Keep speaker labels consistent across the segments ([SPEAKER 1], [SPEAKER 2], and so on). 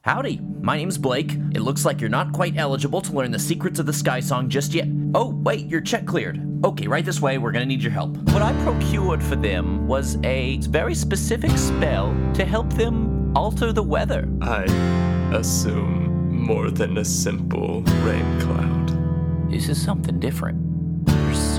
[SPEAKER 1] Howdy, my name's Blake. It looks like you're not quite eligible to learn the secrets of the Sky Song just yet. Oh, wait, your check cleared. Okay, right this way, we're gonna need your help.
[SPEAKER 2] What I procured for them was a very specific spell to help them alter the weather.
[SPEAKER 3] I assume more than a simple rain cloud.
[SPEAKER 2] This is something different. There's,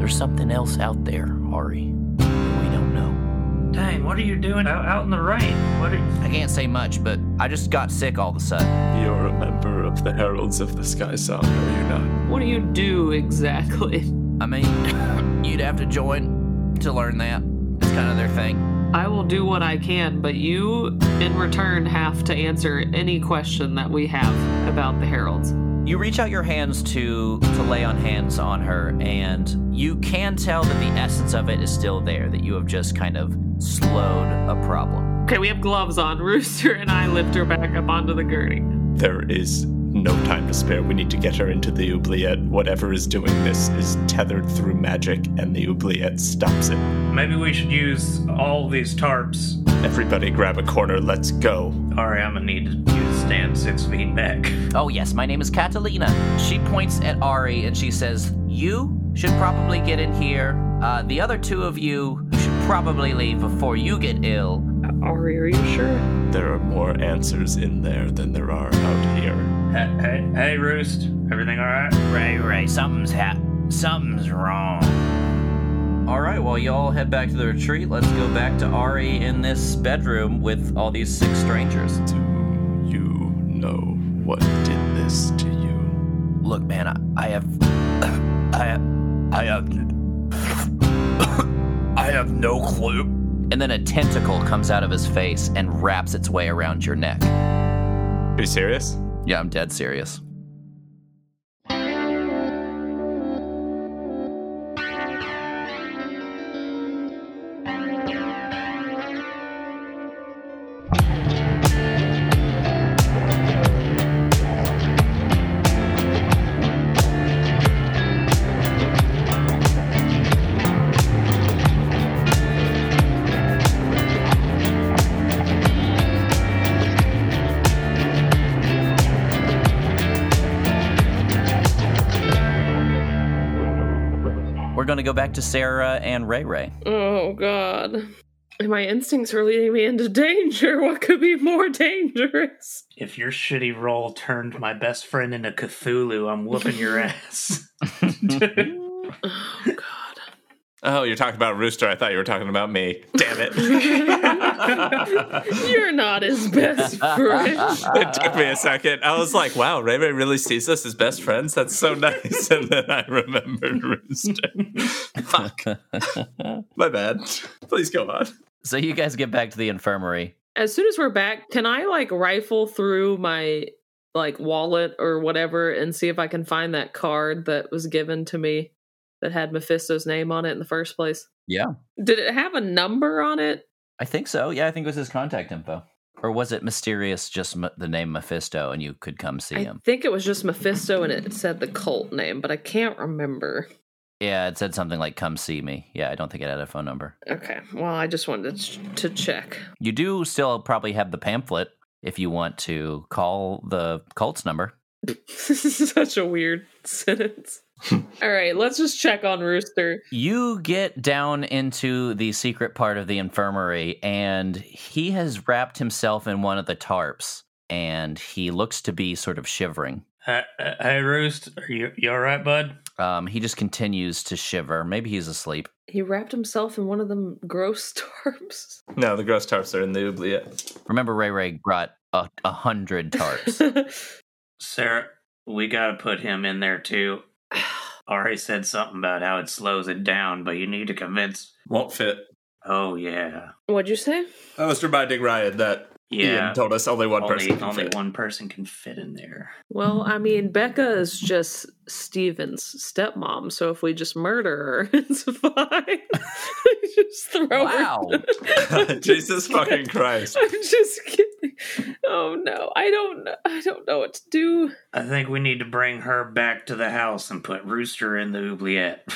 [SPEAKER 2] there's something else out there, Ari. that We don't know.
[SPEAKER 4] Dang, what are you doing out, out in the rain? What are
[SPEAKER 1] I can't say much, but I just got sick all of a sudden.
[SPEAKER 3] You're a member of the Heralds of the Sky Song, are you not?
[SPEAKER 5] What do you do exactly?
[SPEAKER 1] I mean, you'd have to join to learn that. It's kind of their thing.
[SPEAKER 5] I will do what I can, but you, in return, have to answer any question that we have about the Heralds.
[SPEAKER 2] You reach out your hands to to lay on hands on her, and you can tell that the essence of it is still there. That you have just kind of slowed a problem.
[SPEAKER 5] Okay, we have gloves on. Rooster and I lift her back up onto the gurney.
[SPEAKER 3] There is no time to spare. We need to get her into the oubliette. Whatever is doing this is tethered through magic, and the oubliette stops it.
[SPEAKER 4] you... Maybe we should use all these tarps.
[SPEAKER 3] Everybody grab a corner, let's go.
[SPEAKER 4] Alright, I'm gonna need you to stand six feet back.
[SPEAKER 1] Oh, yes, my name is Catalina. She points at Ari and she says, You should probably get in here. Uh, the other two of you should probably leave before you get ill.
[SPEAKER 5] Ari, are you sure?
[SPEAKER 3] There are more answers in there than there are out here.
[SPEAKER 4] Hey, hey, hey Roost. Everything alright?
[SPEAKER 1] Ray, Ray, something's hap. Something's wrong.
[SPEAKER 6] All right, well, y'all head back to the retreat. Let's go back to Ari in this bedroom with all these six strangers.
[SPEAKER 3] Do you know what did this to you?
[SPEAKER 1] Look, man, I, I have. I have. I have. I have no clue. And then a tentacle comes out of his face and wraps its way around your neck.
[SPEAKER 3] Are you serious?
[SPEAKER 1] Yeah, I'm dead serious.
[SPEAKER 2] We're gonna go back to Sarah and Ray Ray.
[SPEAKER 5] Oh, God. And my instincts were leading me into danger. What could be more dangerous?
[SPEAKER 4] If your shitty roll turned my best friend into Cthulhu, I'm whooping your ass.
[SPEAKER 5] Oh, God.
[SPEAKER 3] Oh, you're talking about Rooster. I thought you were talking about me. Damn it.
[SPEAKER 5] You're not his best friend.
[SPEAKER 3] it took me a second. I was like, wow, Ray Ray really sees us as best friends? That's so nice. And then I remembered Rooster. Fuck. My bad. Please go on.
[SPEAKER 1] So you guys get back to the infirmary.
[SPEAKER 5] As soon as we're back, can I like rifle through my like wallet or whatever and see if I can find that card that was given to me that had Mephisto's name on it in the first place?
[SPEAKER 1] Yeah.
[SPEAKER 5] Did it have a number on it?
[SPEAKER 1] I think so. Yeah, I think it was his contact info. Or was it mysterious just m- the name Mephisto and you could come see
[SPEAKER 5] I
[SPEAKER 1] him?
[SPEAKER 5] think it was just Mephisto and it said the cult name, but I can't remember.
[SPEAKER 1] Yeah, it said something like, come see me. Yeah, I don't think it had a phone number.
[SPEAKER 5] Okay. Well, I just wanted to, ch- to check.
[SPEAKER 1] You do still probably have the pamphlet if you want to call the cult's number.
[SPEAKER 5] this is such a weird sentence. All right, let's just check on Rooster.
[SPEAKER 1] You get down into the secret part of the infirmary, and he has wrapped himself in one of the tarps, and he looks to be sort of shivering.
[SPEAKER 4] hey, hey, hey, Roost. Are you, you alright, bud?
[SPEAKER 1] Um, he just continues to shiver. Maybe he's asleep.
[SPEAKER 5] He wrapped himself in one of them gross tarps.
[SPEAKER 3] No, the gross tarps are in the oubliette.
[SPEAKER 1] Remember, Ray Ray brought a, a hundred tarps.
[SPEAKER 4] Sarah, we gotta put him in there too. Ari said something about how it slows it down, but you need to convince.
[SPEAKER 3] Won't fit.
[SPEAKER 4] Oh, yeah.
[SPEAKER 5] What'd you say?
[SPEAKER 3] I was reminding Ryan that
[SPEAKER 4] Yeah.
[SPEAKER 3] Ian told us only one
[SPEAKER 4] only
[SPEAKER 3] person. can
[SPEAKER 4] only
[SPEAKER 3] fit.
[SPEAKER 4] one person can fit in there.
[SPEAKER 5] Well, I mean, Becca is just Steven's stepmom, so if we just murder her, it's fine. just throw
[SPEAKER 1] Wow.
[SPEAKER 5] her.
[SPEAKER 3] Jesus fucking Christ.
[SPEAKER 5] I'm just kidding. Oh no, I don't. kn- I don't know what to do.
[SPEAKER 4] I think we need to bring her back to the house and put Rooster in the oubliette.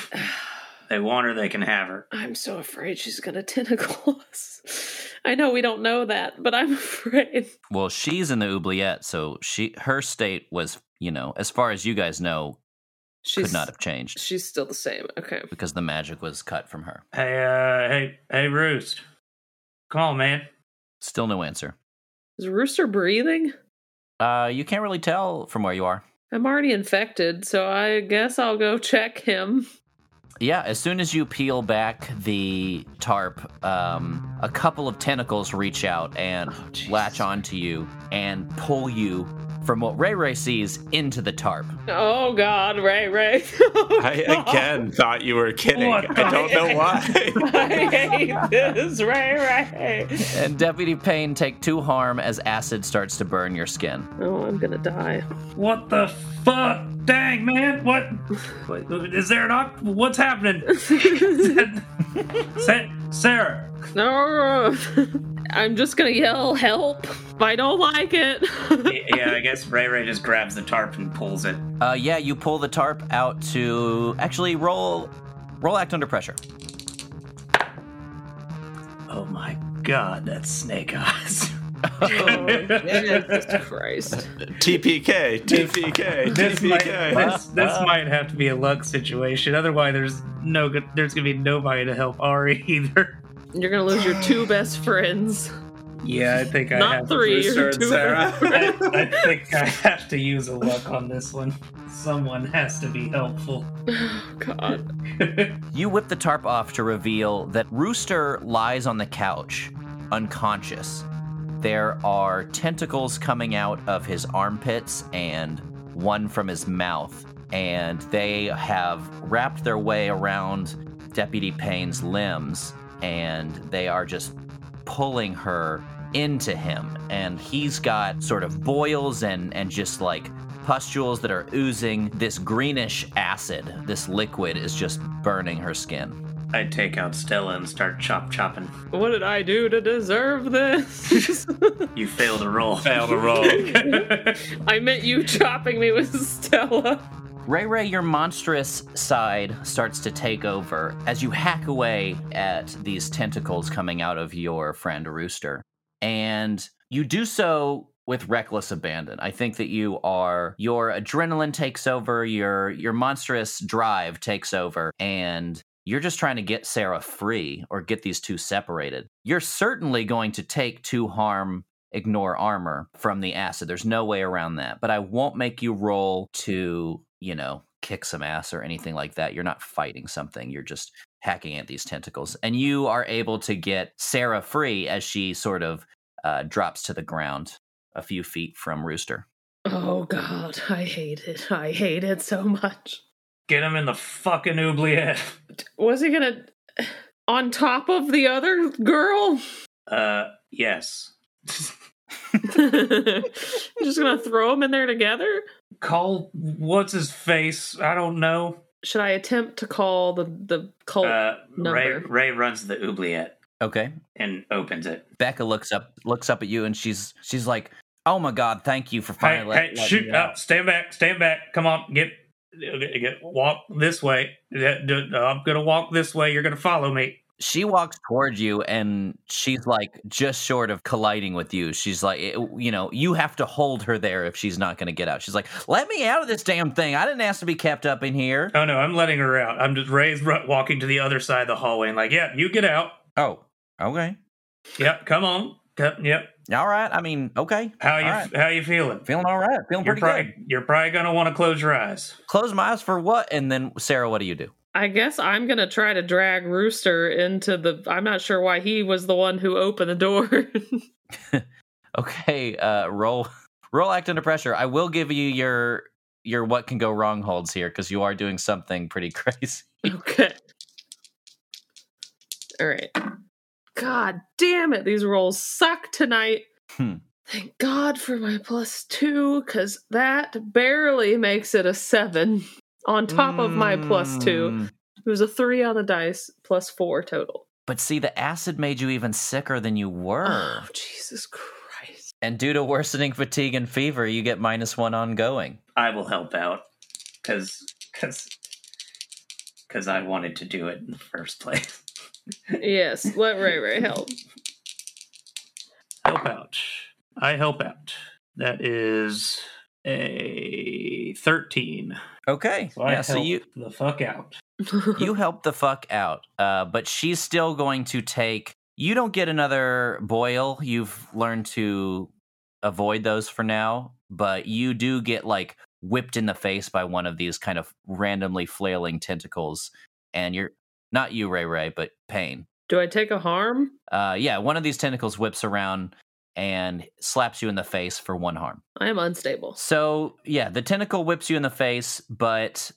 [SPEAKER 4] they want her, they can have her.
[SPEAKER 5] I'm so afraid she's gonna tentacle us. I know we don't know that, but I'm afraid.
[SPEAKER 1] Well, she's in the oubliette, so she her state was, you know, as far as you guys know,
[SPEAKER 5] She's
[SPEAKER 1] could not have changed
[SPEAKER 5] She's still the same. Okay.
[SPEAKER 1] because the magic was cut from her.
[SPEAKER 4] Hey, uh, hey, hey, Roost. Come on, man.
[SPEAKER 1] Still no answer.
[SPEAKER 5] Is Rooster breathing?
[SPEAKER 1] Uh, you can't really tell from where you are.
[SPEAKER 5] I'm already infected, so I guess I'll go check him.
[SPEAKER 1] Yeah, as soon as you peel back the tarp, um, a couple of tentacles reach out and latch onto you and pull you from what Ray Ray sees into the tarp.
[SPEAKER 5] Oh God, Ray Ray.
[SPEAKER 3] I again thought you were kidding.
[SPEAKER 4] What
[SPEAKER 3] I don't know why.
[SPEAKER 5] I hate this, Ray Ray.
[SPEAKER 1] And Deputy Payne take two harm as acid starts to burn your skin.
[SPEAKER 5] Oh, I'm gonna die.
[SPEAKER 4] What the fuck? Dang, man. What? what is there an op- What's happening? Sa- Sarah.
[SPEAKER 5] No, I'm just gonna yell help. I don't like it.
[SPEAKER 4] Yeah, I guess Ray Ray just grabs the tarp and pulls it.
[SPEAKER 1] Uh, yeah, you pull the tarp out to actually roll, roll act under pressure.
[SPEAKER 4] Oh my god, that's Snake Eyes.
[SPEAKER 5] oh, Jesus Christ.
[SPEAKER 3] TPK, TPK,
[SPEAKER 4] This might,
[SPEAKER 3] TPK.
[SPEAKER 4] this, this might have to be a luck situation. Otherwise, there's no good. There's gonna be nobody to help Ari either.
[SPEAKER 5] You're gonna lose your two best friends.
[SPEAKER 4] Yeah, I think I
[SPEAKER 5] Not
[SPEAKER 4] have
[SPEAKER 5] three,
[SPEAKER 4] To,
[SPEAKER 5] your
[SPEAKER 3] and
[SPEAKER 5] two
[SPEAKER 3] Sarah.
[SPEAKER 5] best friends.
[SPEAKER 4] I, I think I have to use a luck on this one. Someone has to be helpful.
[SPEAKER 5] Oh, God.
[SPEAKER 1] You whip the tarp off to reveal that Rooster lies on the couch, unconscious. There are tentacles coming out of his armpits and one from his mouth, and they have wrapped their way around Deputy Payne's limbs, and they are just pulling her into him. And he's got sort of boils and, and just like pustules that are oozing. This greenish acid, this liquid, is just burning her skin.
[SPEAKER 4] I take out Stella and start chop chopping.
[SPEAKER 5] What did I do to deserve this?
[SPEAKER 4] You failed a roll.
[SPEAKER 3] Failed a roll.
[SPEAKER 5] I meant you chopping me with Stella.
[SPEAKER 1] Ray Ray, your monstrous side starts to take over as you hack away at these tentacles coming out of your friend Rooster. And you do so with reckless abandon. I think that you are your adrenaline takes over, your your monstrous drive takes over, and you're just trying to get Sarah free or get these two separated. You're certainly going to take two harm ignore armor from the acid. There's no way around that. But I won't make you roll to, you know, kick some ass or anything like that. You're not fighting something. You're just hacking at these tentacles. And you are able to get Sarah free as she sort of uh, drops to the ground a few feet from Rooster.
[SPEAKER 5] Oh, God. I hate it. I hate it so much.
[SPEAKER 4] Get him in the fucking oubliette.
[SPEAKER 5] Was he gonna. On top of the other girl?
[SPEAKER 4] Uh, yes.
[SPEAKER 5] just gonna throw them in there together?
[SPEAKER 4] Call what's his face? I don't know.
[SPEAKER 5] Should I attempt to call the, the cult?
[SPEAKER 4] Uh, Ray
[SPEAKER 5] number.
[SPEAKER 4] Ray runs the oubliette
[SPEAKER 1] Okay.
[SPEAKER 4] and opens it.
[SPEAKER 1] Becca looks up looks up at you and she's she's like, "Oh my god, thank you for
[SPEAKER 4] Hey,
[SPEAKER 1] finally
[SPEAKER 4] hey,
[SPEAKER 1] let- letting
[SPEAKER 4] shoot!
[SPEAKER 1] me out."
[SPEAKER 4] Uh, stand back! Stand back! Come on, get, get, get- walk this way. Yeah, d- I'm gonna walk this way. You're gonna follow me.
[SPEAKER 1] she walks towards you and she's like just short of colliding with you she's like it- you know you have to hold her there if she's not going to get out she's like let me out of this damn thing i didn't ask to be kept up in here
[SPEAKER 4] Oh no, I'm letting her out. I'm just Ray's ru- walking to the other side of the hallway and like, yeah, you get out.
[SPEAKER 1] oh okay
[SPEAKER 4] Yep, come on. Come, yep.
[SPEAKER 1] all right i mean okay
[SPEAKER 4] How you
[SPEAKER 1] All right.
[SPEAKER 4] how you feeling?
[SPEAKER 1] feeling all right feeling
[SPEAKER 4] You're
[SPEAKER 1] pretty
[SPEAKER 4] probably
[SPEAKER 1] good
[SPEAKER 4] you're probably gonna want to close your eyes.
[SPEAKER 1] close my eyes for what and then sarah what do you do
[SPEAKER 5] I guess I'm gonna try to drag Rooster into the. I'm not sure why he was the one who opened the door.
[SPEAKER 1] okay uh roll roll act under pressure i will give you your your what can go wrong holds here because you are doing something pretty crazy
[SPEAKER 5] okay. All right. God damn it! These rolls suck tonight.
[SPEAKER 1] Hmm.
[SPEAKER 5] Thank God for my plus two, because that barely makes it a seven. On top of my plus two,
[SPEAKER 1] Mm.
[SPEAKER 5] it was a three on the dice, plus four total.
[SPEAKER 1] But see, the acid made you even sicker than you were.
[SPEAKER 4] Ah.
[SPEAKER 5] Oh Jesus Christ!
[SPEAKER 1] And due to worsening fatigue and fever, you get minus one ongoing.
[SPEAKER 4] I will help out because because because I wanted to do it in the first place.
[SPEAKER 5] Yes, let Ray Ray help.
[SPEAKER 4] help out. I help out. That is a 13.
[SPEAKER 1] Okay.
[SPEAKER 4] So I
[SPEAKER 1] yeah, so
[SPEAKER 4] help
[SPEAKER 1] you
[SPEAKER 4] the fuck out.
[SPEAKER 1] you help the fuck out, uh, but she's still going to take. You don't get another boil. You've learned to avoid those for now, but you do get like whipped in the face by one of these kind of randomly flailing tentacles, and you're not you, Ray Ray, but Pain.
[SPEAKER 5] Do I take a harm?
[SPEAKER 1] Uh, yeah, one of these tentacles whips around and slaps you in the face for one harm.
[SPEAKER 5] I am unstable.
[SPEAKER 1] So yeah, the tentacle whips you in the face, but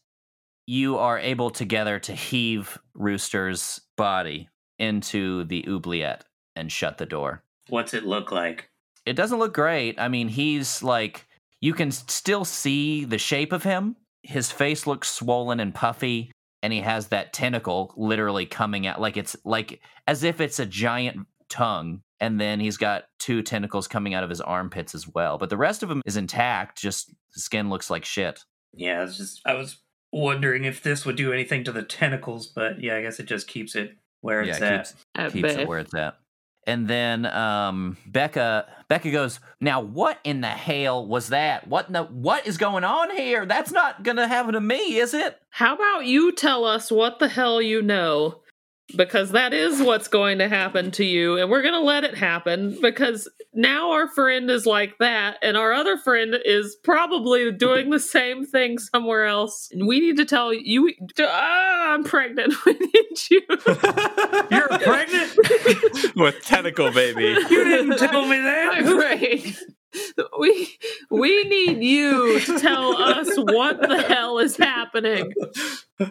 [SPEAKER 1] you are able together to heave Rooster's body into the oubliette and shut the door.
[SPEAKER 4] What's it look like?
[SPEAKER 1] It doesn't look great. I mean, he's like you can still see the shape of him. His face looks swollen and puffy, and he has that tentacle literally coming out like it's like as if it's a giant tongue. And then he's got two tentacles coming out of his armpits as well. But the rest of him is intact, just skin looks like shit.
[SPEAKER 4] Yeah, it's just I was wondering if this would do anything to the tentacles, but yeah, I guess it just keeps it where it's
[SPEAKER 1] it
[SPEAKER 4] at.
[SPEAKER 1] keeps-
[SPEAKER 5] I
[SPEAKER 1] keeps
[SPEAKER 5] bet.
[SPEAKER 1] it where it's at. And then um, Becca Becca goes, "Now what in the hell was that? What in the what is going on here? That's not going to happen to me, is it?"
[SPEAKER 5] How about you tell us what the hell you know? Because that is what's going to happen to you, and we're going to let it happen because now our friend is like that, and our other friend is probably doing the same thing somewhere else. And we need to tell you, ah, I'm pregnant. We need you.
[SPEAKER 4] You're pregnant?
[SPEAKER 3] with tentacle baby.
[SPEAKER 4] You didn't tell me that.
[SPEAKER 5] Right. We we need you to tell us what the hell is happening.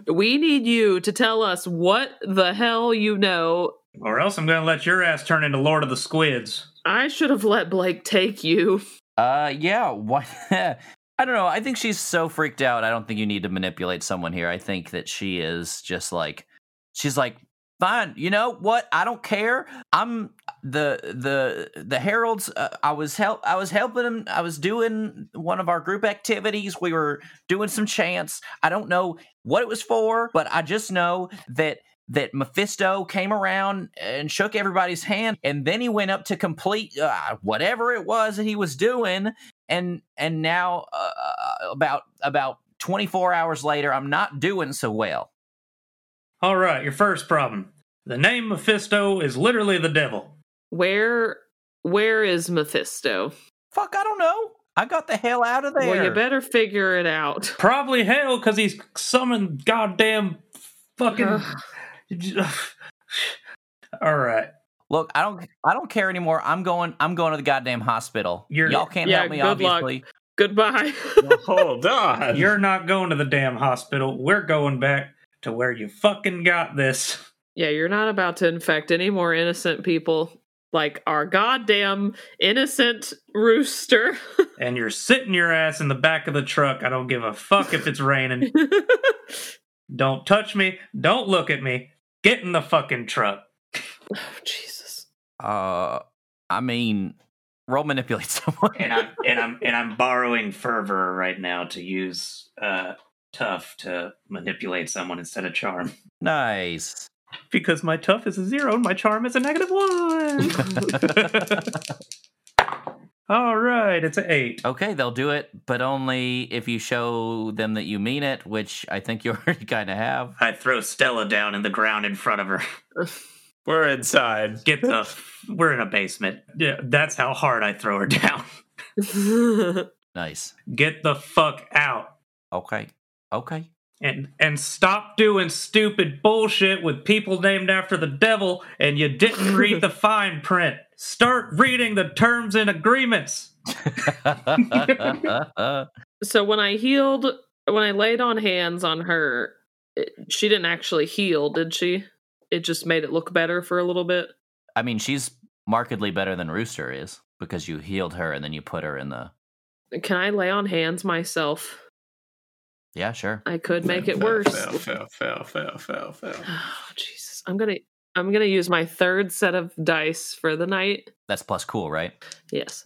[SPEAKER 5] We need you to tell us what the hell you know.
[SPEAKER 4] Or else I'm gonna let your ass turn into Lord of the Squids.
[SPEAKER 5] I should have let Blake take you.
[SPEAKER 1] Uh yeah, what I don't know. I think she's so freaked out. I don't think you need to manipulate someone here. I think that she is just like she's like fine, you know what? I don't care. I'm the the the heralds uh, I was help I was helping them. I was doing one of our group activities. We were doing some chants. I don't know what it was for, but I just know that that Mephisto came around and shook everybody's hand, and then he went up to complete uh, whatever it was that he was doing, and and now uh, about about twenty four hours later, I'm not doing so well.
[SPEAKER 4] All right, your first problem. The name Mephisto is literally the devil.
[SPEAKER 5] Where where is Mephisto?
[SPEAKER 1] Fuck, I don't know. I got the hell out of there.
[SPEAKER 5] Well, you better figure it out.
[SPEAKER 4] Probably hell because he's summoned goddamn fucking.
[SPEAKER 5] Ugh.
[SPEAKER 4] All right,
[SPEAKER 1] Look, I don't I don't care anymore. I'm going I'm going to the goddamn hospital.
[SPEAKER 4] You're-
[SPEAKER 1] Y'all can't
[SPEAKER 5] Yeah,
[SPEAKER 1] help me,
[SPEAKER 5] good luck.
[SPEAKER 1] obviously.
[SPEAKER 5] Goodbye.
[SPEAKER 3] Hold on.
[SPEAKER 4] you're not going to the damn hospital. We're going back to where you fucking got this.
[SPEAKER 5] yeah, you're not about to infect any more innocent people like our goddamn innocent rooster.
[SPEAKER 4] And you're sitting your ass in the back of the truck. I don't give a fuck if it's raining.
[SPEAKER 5] Oh,
[SPEAKER 4] Don't touch me. Don't look at me. Get in the fucking truck.
[SPEAKER 5] Oh, Jesus.
[SPEAKER 1] Uh I mean roll manipulate someone.
[SPEAKER 4] and I'm and I'm and I'm borrowing fervor right now to use uh tough to manipulate someone instead of charm.
[SPEAKER 1] nice.
[SPEAKER 4] Because my tough is a zero and my charm is a negative one. All right, it's an eight.
[SPEAKER 1] Okay, they'll do it, but only if you show them that you mean it, which I think you already kinda have.
[SPEAKER 4] I throw Stella down in the ground in front of her.
[SPEAKER 3] We're inside.
[SPEAKER 4] Get the we're in a basement. Yeah, that's how hard I throw her down.
[SPEAKER 1] Nice.
[SPEAKER 4] Get the fuck out.
[SPEAKER 1] Okay. Okay.
[SPEAKER 4] and and stop doing stupid bullshit with people named after the devil and you didn't read the fine print start reading the terms and agreements
[SPEAKER 5] so when I healed, when I laid on hands on her, it, she didn't actually heal, did she? It just made it look better for a little bit.
[SPEAKER 1] I mean, she's markedly better than Rooster is because you healed her and then you put her in the.
[SPEAKER 5] Can I lay on hands myself?
[SPEAKER 1] Yeah, sure.
[SPEAKER 5] I could make it
[SPEAKER 3] Fail,
[SPEAKER 5] worse.
[SPEAKER 3] Fail, fail, fail, fail, fail, fail.
[SPEAKER 5] Oh, Jesus. I'm going to I'm going to use my third set of dice for the night.
[SPEAKER 1] That's plus cool, right?
[SPEAKER 5] Yes.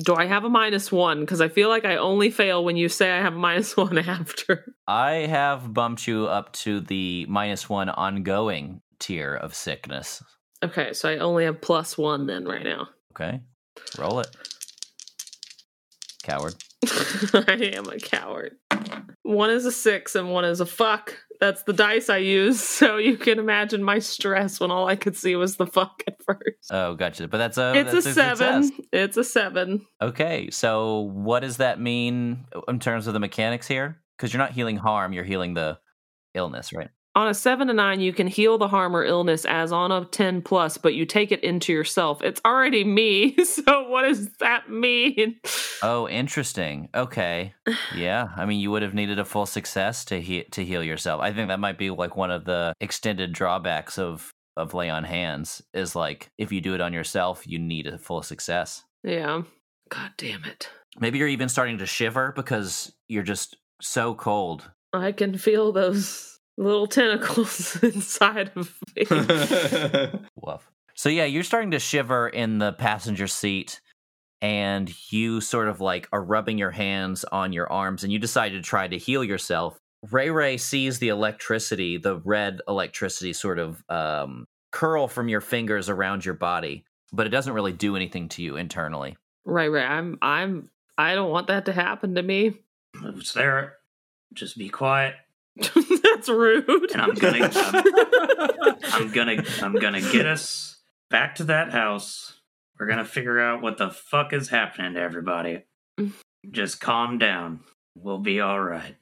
[SPEAKER 5] Do I have a minus 1 cuz I feel like I only fail when you say I have a minus 1 after.
[SPEAKER 1] I have bumped you up to the minus one ongoing tier of sickness.
[SPEAKER 5] Okay, so I only have plus one then right now.
[SPEAKER 1] Okay. Roll it. Coward.
[SPEAKER 5] I am a coward. One is a six and one is a fuck. That's the dice I use, so you can imagine my stress when all I could see was the fuck at first.
[SPEAKER 1] Oh, gotcha. But that's a
[SPEAKER 5] it's
[SPEAKER 1] that's
[SPEAKER 5] a seven.
[SPEAKER 1] success.
[SPEAKER 5] It's a seven.
[SPEAKER 1] Okay. So what does that mean uh, in terms of the mechanics here? Because you're not healing harm, you're healing the illness, right?
[SPEAKER 5] On a seven to nine, you can heal the harm or illness as on a 10 plus, but you take it into yourself. It's already me, so what does that mean?
[SPEAKER 1] Oh, interesting. Okay. Yeah. I mean, you would have needed a full success to he- to heal yourself. I think that might be like one of the extended drawbacks of of lay on hands is like if you do it on yourself, you need a full success.
[SPEAKER 5] Yeah. God damn it.
[SPEAKER 1] Maybe you're even starting to shiver because you're just so cold.
[SPEAKER 5] I can feel those little tentacles inside of me.
[SPEAKER 1] Woof. So yeah, you're starting to shiver in the passenger seat and you sort of like are rubbing your hands on your arms and you decide to try to heal yourself. Ray Ray sees the electricity, the red electricity sort of um, curl from your fingers around your body, but it doesn't really do anything to you internally.
[SPEAKER 5] right, right. I'm I'm I don't want that to happen to me.
[SPEAKER 4] It's there. Just be quiet.
[SPEAKER 5] That's rude.
[SPEAKER 4] And I'm gonna- I'm gonna I'm gonna get us back to that house. We're gonna figure out what the fuck is happening to everybody. Just calm down. We'll be all right.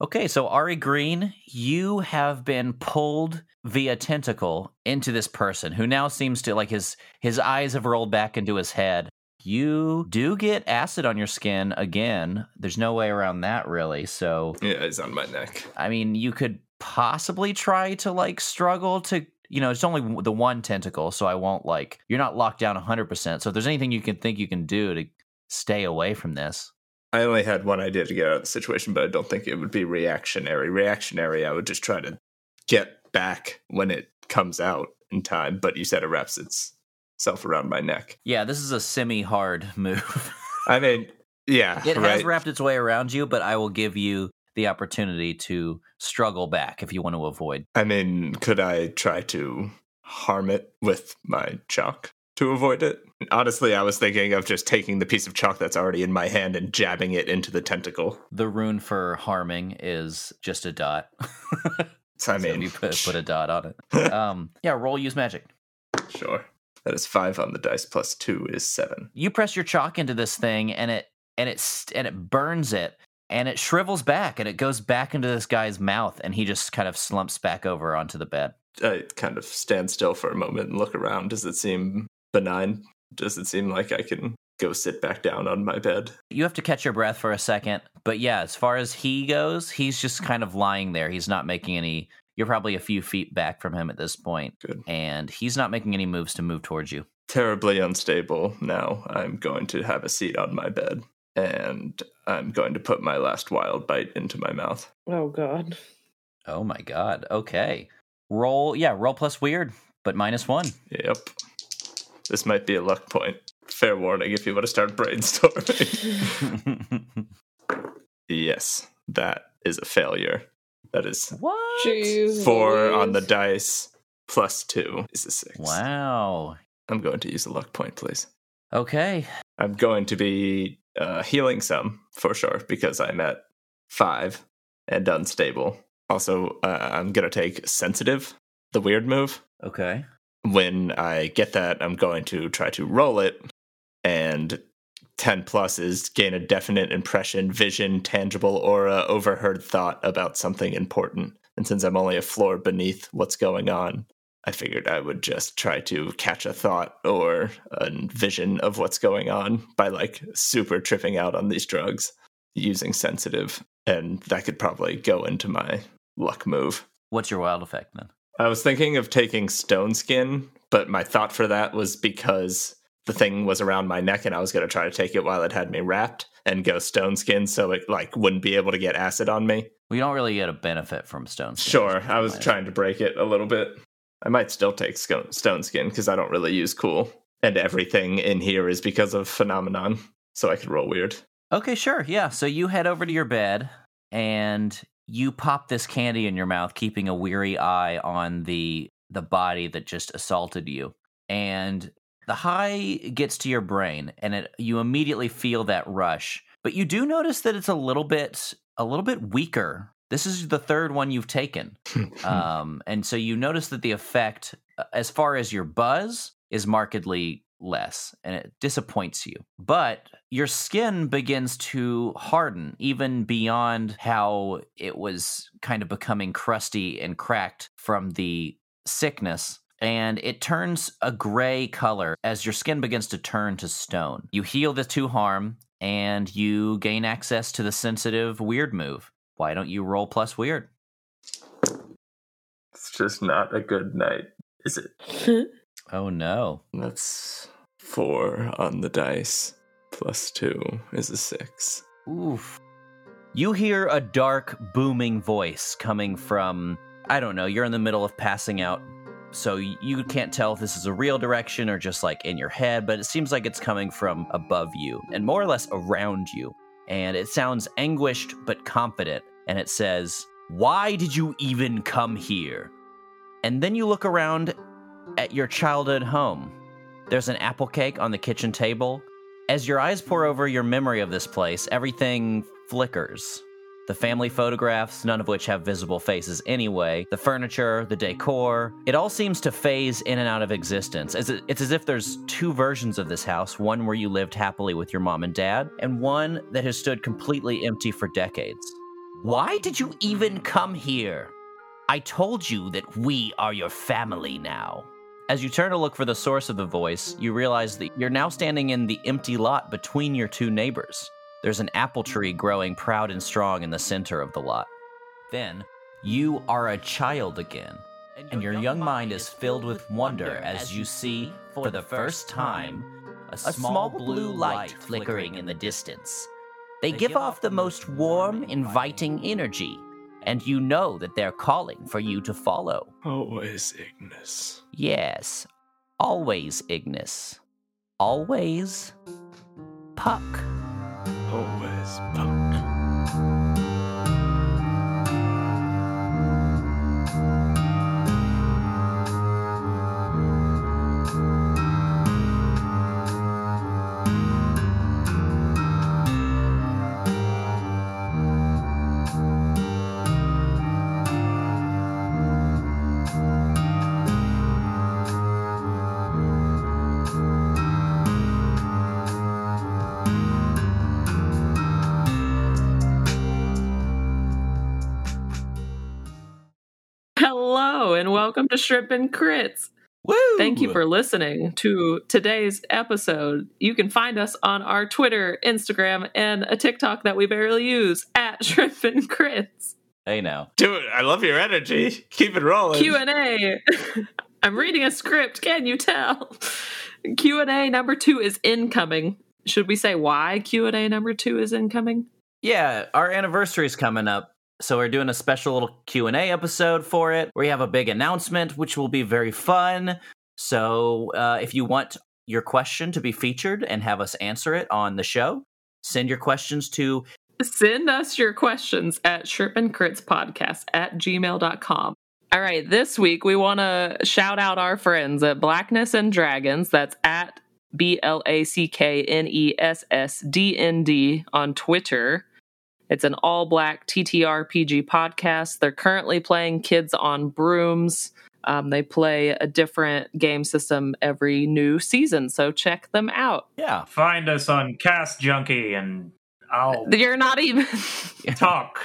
[SPEAKER 1] Okay, so Ari Green, you have been pulled via tentacle into this person who now seems to like his his eyes have rolled back into his head. You do get acid on your skin again. There's no way around that really. So,
[SPEAKER 3] yeah, it's on my neck.
[SPEAKER 1] I mean, you could possibly try to like struggle to, you know, it's only the one tentacle, so I won't like you're not locked down 100%. So if there's anything you can think you can do to stay away from this,
[SPEAKER 3] I only had one idea to get out of the situation, but I don't think it would be reactionary. Reactionary, I would just try to get back when it comes out in time. But you said it wraps itself around my neck.
[SPEAKER 1] yeah, this is a semi-hard move.
[SPEAKER 3] I mean, yeah,
[SPEAKER 1] It
[SPEAKER 3] right.
[SPEAKER 1] has wrapped its way around you, but I will give you the opportunity to struggle back if you want to avoid.
[SPEAKER 3] I mean, could I try to harm it with my chalk to avoid it? Honestly, I was thinking of just taking the piece of chalk that's already in my hand and jabbing it into the tentacle.
[SPEAKER 1] The rune for harming is just a dot.
[SPEAKER 3] So,
[SPEAKER 1] So
[SPEAKER 3] I mean,
[SPEAKER 1] you put, put a dot on it. Um, yeah, roll use magic.
[SPEAKER 3] sure. That is five on the dice, plus two is seven.
[SPEAKER 1] You press your chalk into this thing, and it and it st- and it burns it, and it shrivels back, and it goes back into this guy's mouth, and he just kind of slumps back over onto the bed.
[SPEAKER 3] I kind of stand still for a moment and look around. Does it seem benign? Does it seem like I can go sit back down on my bed?
[SPEAKER 1] You have to catch your breath for a second. But yeah, as far as he goes, he's just kind of lying there. He's not making any. You're probably a few feet back from him at this point,
[SPEAKER 3] Good.
[SPEAKER 1] and he's not making any moves to move towards you.
[SPEAKER 3] terribly unstable now. I'm going to have a seat on my bed and I'm going to put my last wild bite into my mouth.
[SPEAKER 5] oh god.
[SPEAKER 1] Oh my god. Okay. Roll. Yeah, roll plus weird, but minus one.
[SPEAKER 3] Yep. This might be a luck point. Fair warning if you want to start brainstorming. yes, that is a failure. That is
[SPEAKER 1] what?
[SPEAKER 5] Jeez.
[SPEAKER 3] four on the
[SPEAKER 5] Louise.
[SPEAKER 3] dice plus two is a six.
[SPEAKER 1] Wow.
[SPEAKER 3] I'm going to use a luck point, please.
[SPEAKER 1] Okay.
[SPEAKER 3] I'm going to be uh, healing some for sure because I'm at five and unstable. Also, uh, I'm going to take sensitive, the weird move.
[SPEAKER 1] Okay.
[SPEAKER 3] When I get that, I'm going to try to roll it. And 10 plus is gain a definite impression, vision, tangible aura, overheard thought about something important. And since I'm only a floor beneath what's going on, I figured I would just try to catch a thought or a vision of what's going on by like super tripping out on these drugs using sensitive. And that could probably go into my luck move.
[SPEAKER 1] What's your wild effect then?
[SPEAKER 3] I was thinking of taking stone skin, but my thought for that was because the thing was around my neck and I was going to try to take it while it had me wrapped and go stone skin so it like wouldn't be able to get acid on me.
[SPEAKER 1] We don't really get a benefit from stones.
[SPEAKER 3] Sure, I was trying to break it a little bit. I might still take sco- stone skin because I don't really use cool and everything in here is because of phenomenon, so I could roll weird.
[SPEAKER 1] Okay, sure. Yeah. So you head over to your bed and you pop this candy in your mouth, keeping a weary eye on the the body that just assaulted you. And the high gets to your brain and it you immediately feel that rush. But you do notice that it's a little bit a little bit weaker. This is the third one you've taken. um, and so you notice that the effect uh, as far as your buzz is markedly less and it disappoints you. But your skin begins to harden even beyond how it was kind of becoming crusty and cracked from the sickness. And it turns a gray color as your skin begins to turn to stone. You heal the two harm and you gain access to the sensitive weird move. Why don't you roll plus weird?
[SPEAKER 7] It's just not a good night, is it?
[SPEAKER 1] oh no.
[SPEAKER 3] That's four on the dice plus two is a six.
[SPEAKER 1] Oof. You hear a dark, booming voice coming from, I don't know, you're in the middle of passing out, so you can't tell if this is a real direction or just like in your head, but it seems like it's coming from above you and more or less around you. And it sounds anguished but confident, and it says, Why did you even come here? And then you look around at your childhood home. There's an apple cake on the kitchen table, as your eyes pour over your memory of this place, everything flickers. The family photographs, none of which have visible faces anyway, the furniture, the decor, it all seems to phase in and out of existence. It's, it's as if there's two versions of this house one where you lived happily with your mom and dad, and one that has stood completely empty for decades. Why did you even come here? I told you that we are your family now. As you turn to look for the source of the voice, you realize that you're now standing in the empty lot between your two neighbors. There's an apple tree growing proud and strong in the center of the lot. Then, you are a child again, and your, young, mind is filled with wonder as you see, for the first time, a small blue light flickering in the distance. They give off the most warm, inviting energy and you know that they're calling for you to follow.
[SPEAKER 3] Always Ignis.
[SPEAKER 1] Yes, always Ignis. Always Puck.
[SPEAKER 3] Always Puck.
[SPEAKER 5] welcome to Shrimp and Crits.
[SPEAKER 1] Woo!
[SPEAKER 5] Thank you for listening to today's episode. You can find us on our Twitter, Instagram, and a TikTok that we barely use at Shrimp and Crits.
[SPEAKER 1] Hey now,
[SPEAKER 3] dude, I love your energy. Keep it rolling.
[SPEAKER 5] Q and A. I'm reading a script. Can you tell? Q and A number two is incoming. Should we say why Q and A number two is incoming?
[SPEAKER 1] Yeah, our anniversary is coming up. So we're doing a special little Q&A episode for it. We have a big announcement which will be very fun. So uh, if you want your question to be featured and have us answer it on the show, send your questions to
[SPEAKER 5] send us your questions at shrimp and crits podcast at gmail.com all right this week we want to shout out our friends at blackness and dragons that's at E b-l-a-c-k-n-e-s-s-d-n-d on twitter it's an all black TTRPG podcast. They're currently playing Kids on Brooms. Um, they play a different game system every new season, so check them out.
[SPEAKER 1] Yeah.
[SPEAKER 4] Find us on Cast Junkie and I'll.
[SPEAKER 5] You're not even.
[SPEAKER 4] talk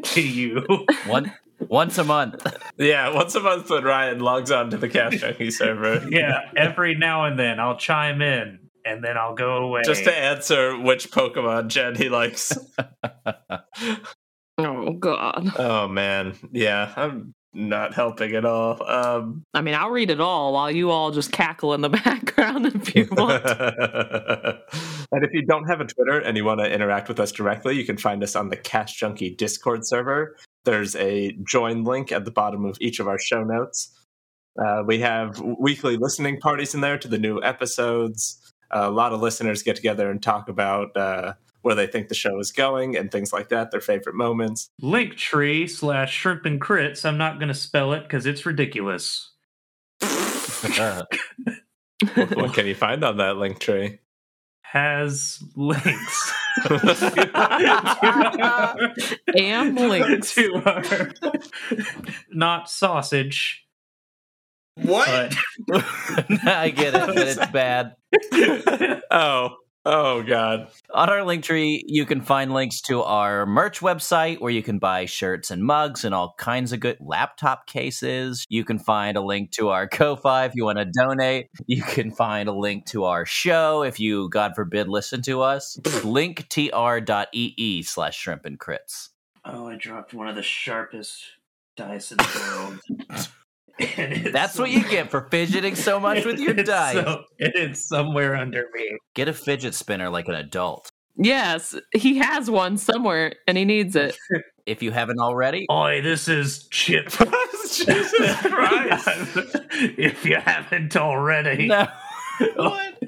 [SPEAKER 4] to you.
[SPEAKER 1] One, once a month.
[SPEAKER 3] Yeah, once a month when Ryan logs on to the Cast Junkie server.
[SPEAKER 4] yeah, every now and then I'll chime in and then I'll go away.
[SPEAKER 3] Just to answer which Pokemon gen he likes.
[SPEAKER 5] oh god.
[SPEAKER 3] Oh man. Yeah, I'm not helping at all. Um,
[SPEAKER 5] I mean, I'll read it all while you all just cackle in the background if you want.
[SPEAKER 3] and if you don't have a Twitter and you want to interact with us directly, you can find us on the Cash Junkie Discord server. There's a join link at the bottom of each of our show notes. Uh, we have weekly listening parties in there to the new episodes a lot of listeners get together and talk about uh, where they think the show is going and things like that, their favorite moments.
[SPEAKER 4] Linktree slash shrimp and crits. I'm not going to spell it because it's ridiculous.
[SPEAKER 3] what, what can you find on that link tree?
[SPEAKER 4] Has links.
[SPEAKER 5] Am links.
[SPEAKER 4] to our
[SPEAKER 3] uh,
[SPEAKER 4] not sausage.
[SPEAKER 3] What?
[SPEAKER 1] I get it, but it's bad.
[SPEAKER 3] oh, oh god.
[SPEAKER 1] On our link tree, you can find links to our merch website where you can buy shirts and mugs and all kinds of good laptop cases. You can find a link to our Ko-Fi if you want to donate. You can find a link to our show if you, God forbid, listen to us. linktr.ee slash shrimp and crits.
[SPEAKER 4] Oh, I dropped one of the sharpest dice in the world.
[SPEAKER 1] That's what you get for fidgeting so much with your
[SPEAKER 4] It's
[SPEAKER 1] dice.
[SPEAKER 4] so- it is somewhere under me.
[SPEAKER 1] Get a fidget spinner like an adult
[SPEAKER 5] Yes, he has one somewhere and he needs it.
[SPEAKER 1] if you haven't already.
[SPEAKER 4] Oi, this is Chip.
[SPEAKER 3] Jesus Christ.
[SPEAKER 4] if you haven't already.
[SPEAKER 1] No.
[SPEAKER 4] What?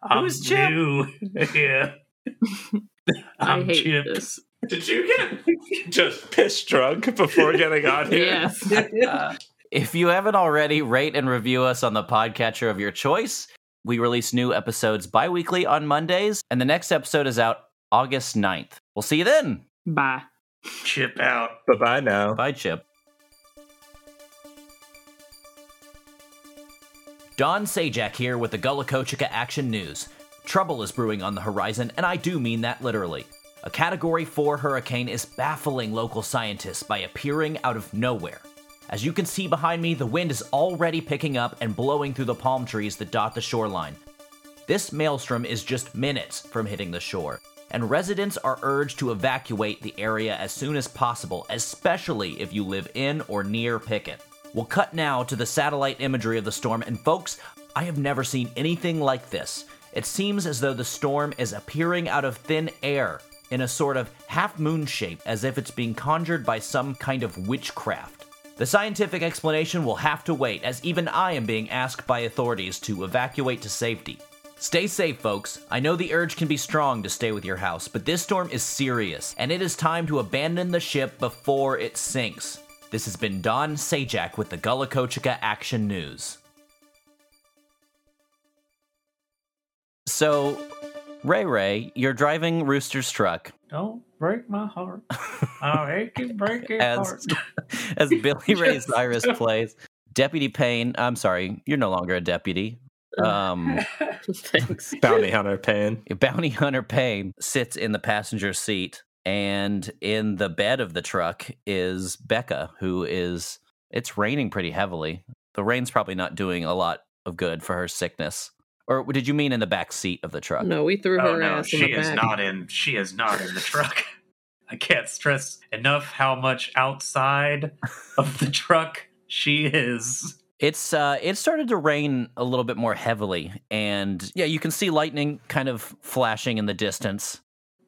[SPEAKER 4] I'm
[SPEAKER 1] Who's Chip?
[SPEAKER 4] new. yeah.
[SPEAKER 5] i
[SPEAKER 4] I'm
[SPEAKER 5] hate
[SPEAKER 4] Chip.
[SPEAKER 5] this.
[SPEAKER 3] Did you get just piss drunk before getting on here?
[SPEAKER 5] Yes.
[SPEAKER 1] Uh, if you haven't already, rate and review us on the podcatcher of your choice. We release new episodes bi weekly on Mondays, and the next episode is out August 9th. We'll see you then.
[SPEAKER 5] Bye.
[SPEAKER 4] Chip out.
[SPEAKER 3] Bye bye now.
[SPEAKER 1] Bye, Chip. Don Sajak here with the Gullah Kochika Action News. Trouble is brewing on the horizon, and I do mean that literally. A Category 4 hurricane is baffling local scientists by appearing out of nowhere. As you can see behind me, the wind is already picking up and blowing through the palm trees that dot the shoreline. This maelstrom is just minutes from hitting the shore, and residents are urged to evacuate the area as soon as possible, especially if you live in or near Pickett. We'll cut now to the satellite imagery of the storm, and folks, I have never seen anything like this. It seems as though the storm is appearing out of thin air in a sort of half moon shape, as if it's being conjured by some kind of witchcraft. The scientific explanation will have to wait, as even I am being asked by authorities to evacuate to safety. Stay safe, folks. I know the urge can be strong to stay with your house, but this storm is serious, and it is time to abandon the ship before it sinks. This has been Don Sajak with the Gullah Kochika Action News. So, Ray Ray, you're driving Rooster's truck
[SPEAKER 4] Don't break my heart. I'll make you break your heart.
[SPEAKER 1] as as Billy Ray Cyrus plays Deputy Payne. I'm sorry, you're no longer a deputy. Um,
[SPEAKER 5] Thanks.
[SPEAKER 3] Bounty hunter pain.
[SPEAKER 1] Bounty Hunter Payne sits in the passenger seat, and in the bed of the truck is Becca, who is. It's raining pretty heavily. The rain's probably not doing a lot of good for her sickness. Or did you mean in the back seat of the truck?
[SPEAKER 5] No, we threw
[SPEAKER 4] Oh
[SPEAKER 5] her
[SPEAKER 4] no,
[SPEAKER 5] ass in
[SPEAKER 4] she
[SPEAKER 5] the
[SPEAKER 4] is
[SPEAKER 5] back.
[SPEAKER 4] not in. She is not in the truck. I can't stress enough how much outside of the truck she is.
[SPEAKER 1] It's uh, it started to rain a little bit more heavily, and yeah, you can see lightning kind of flashing in the distance.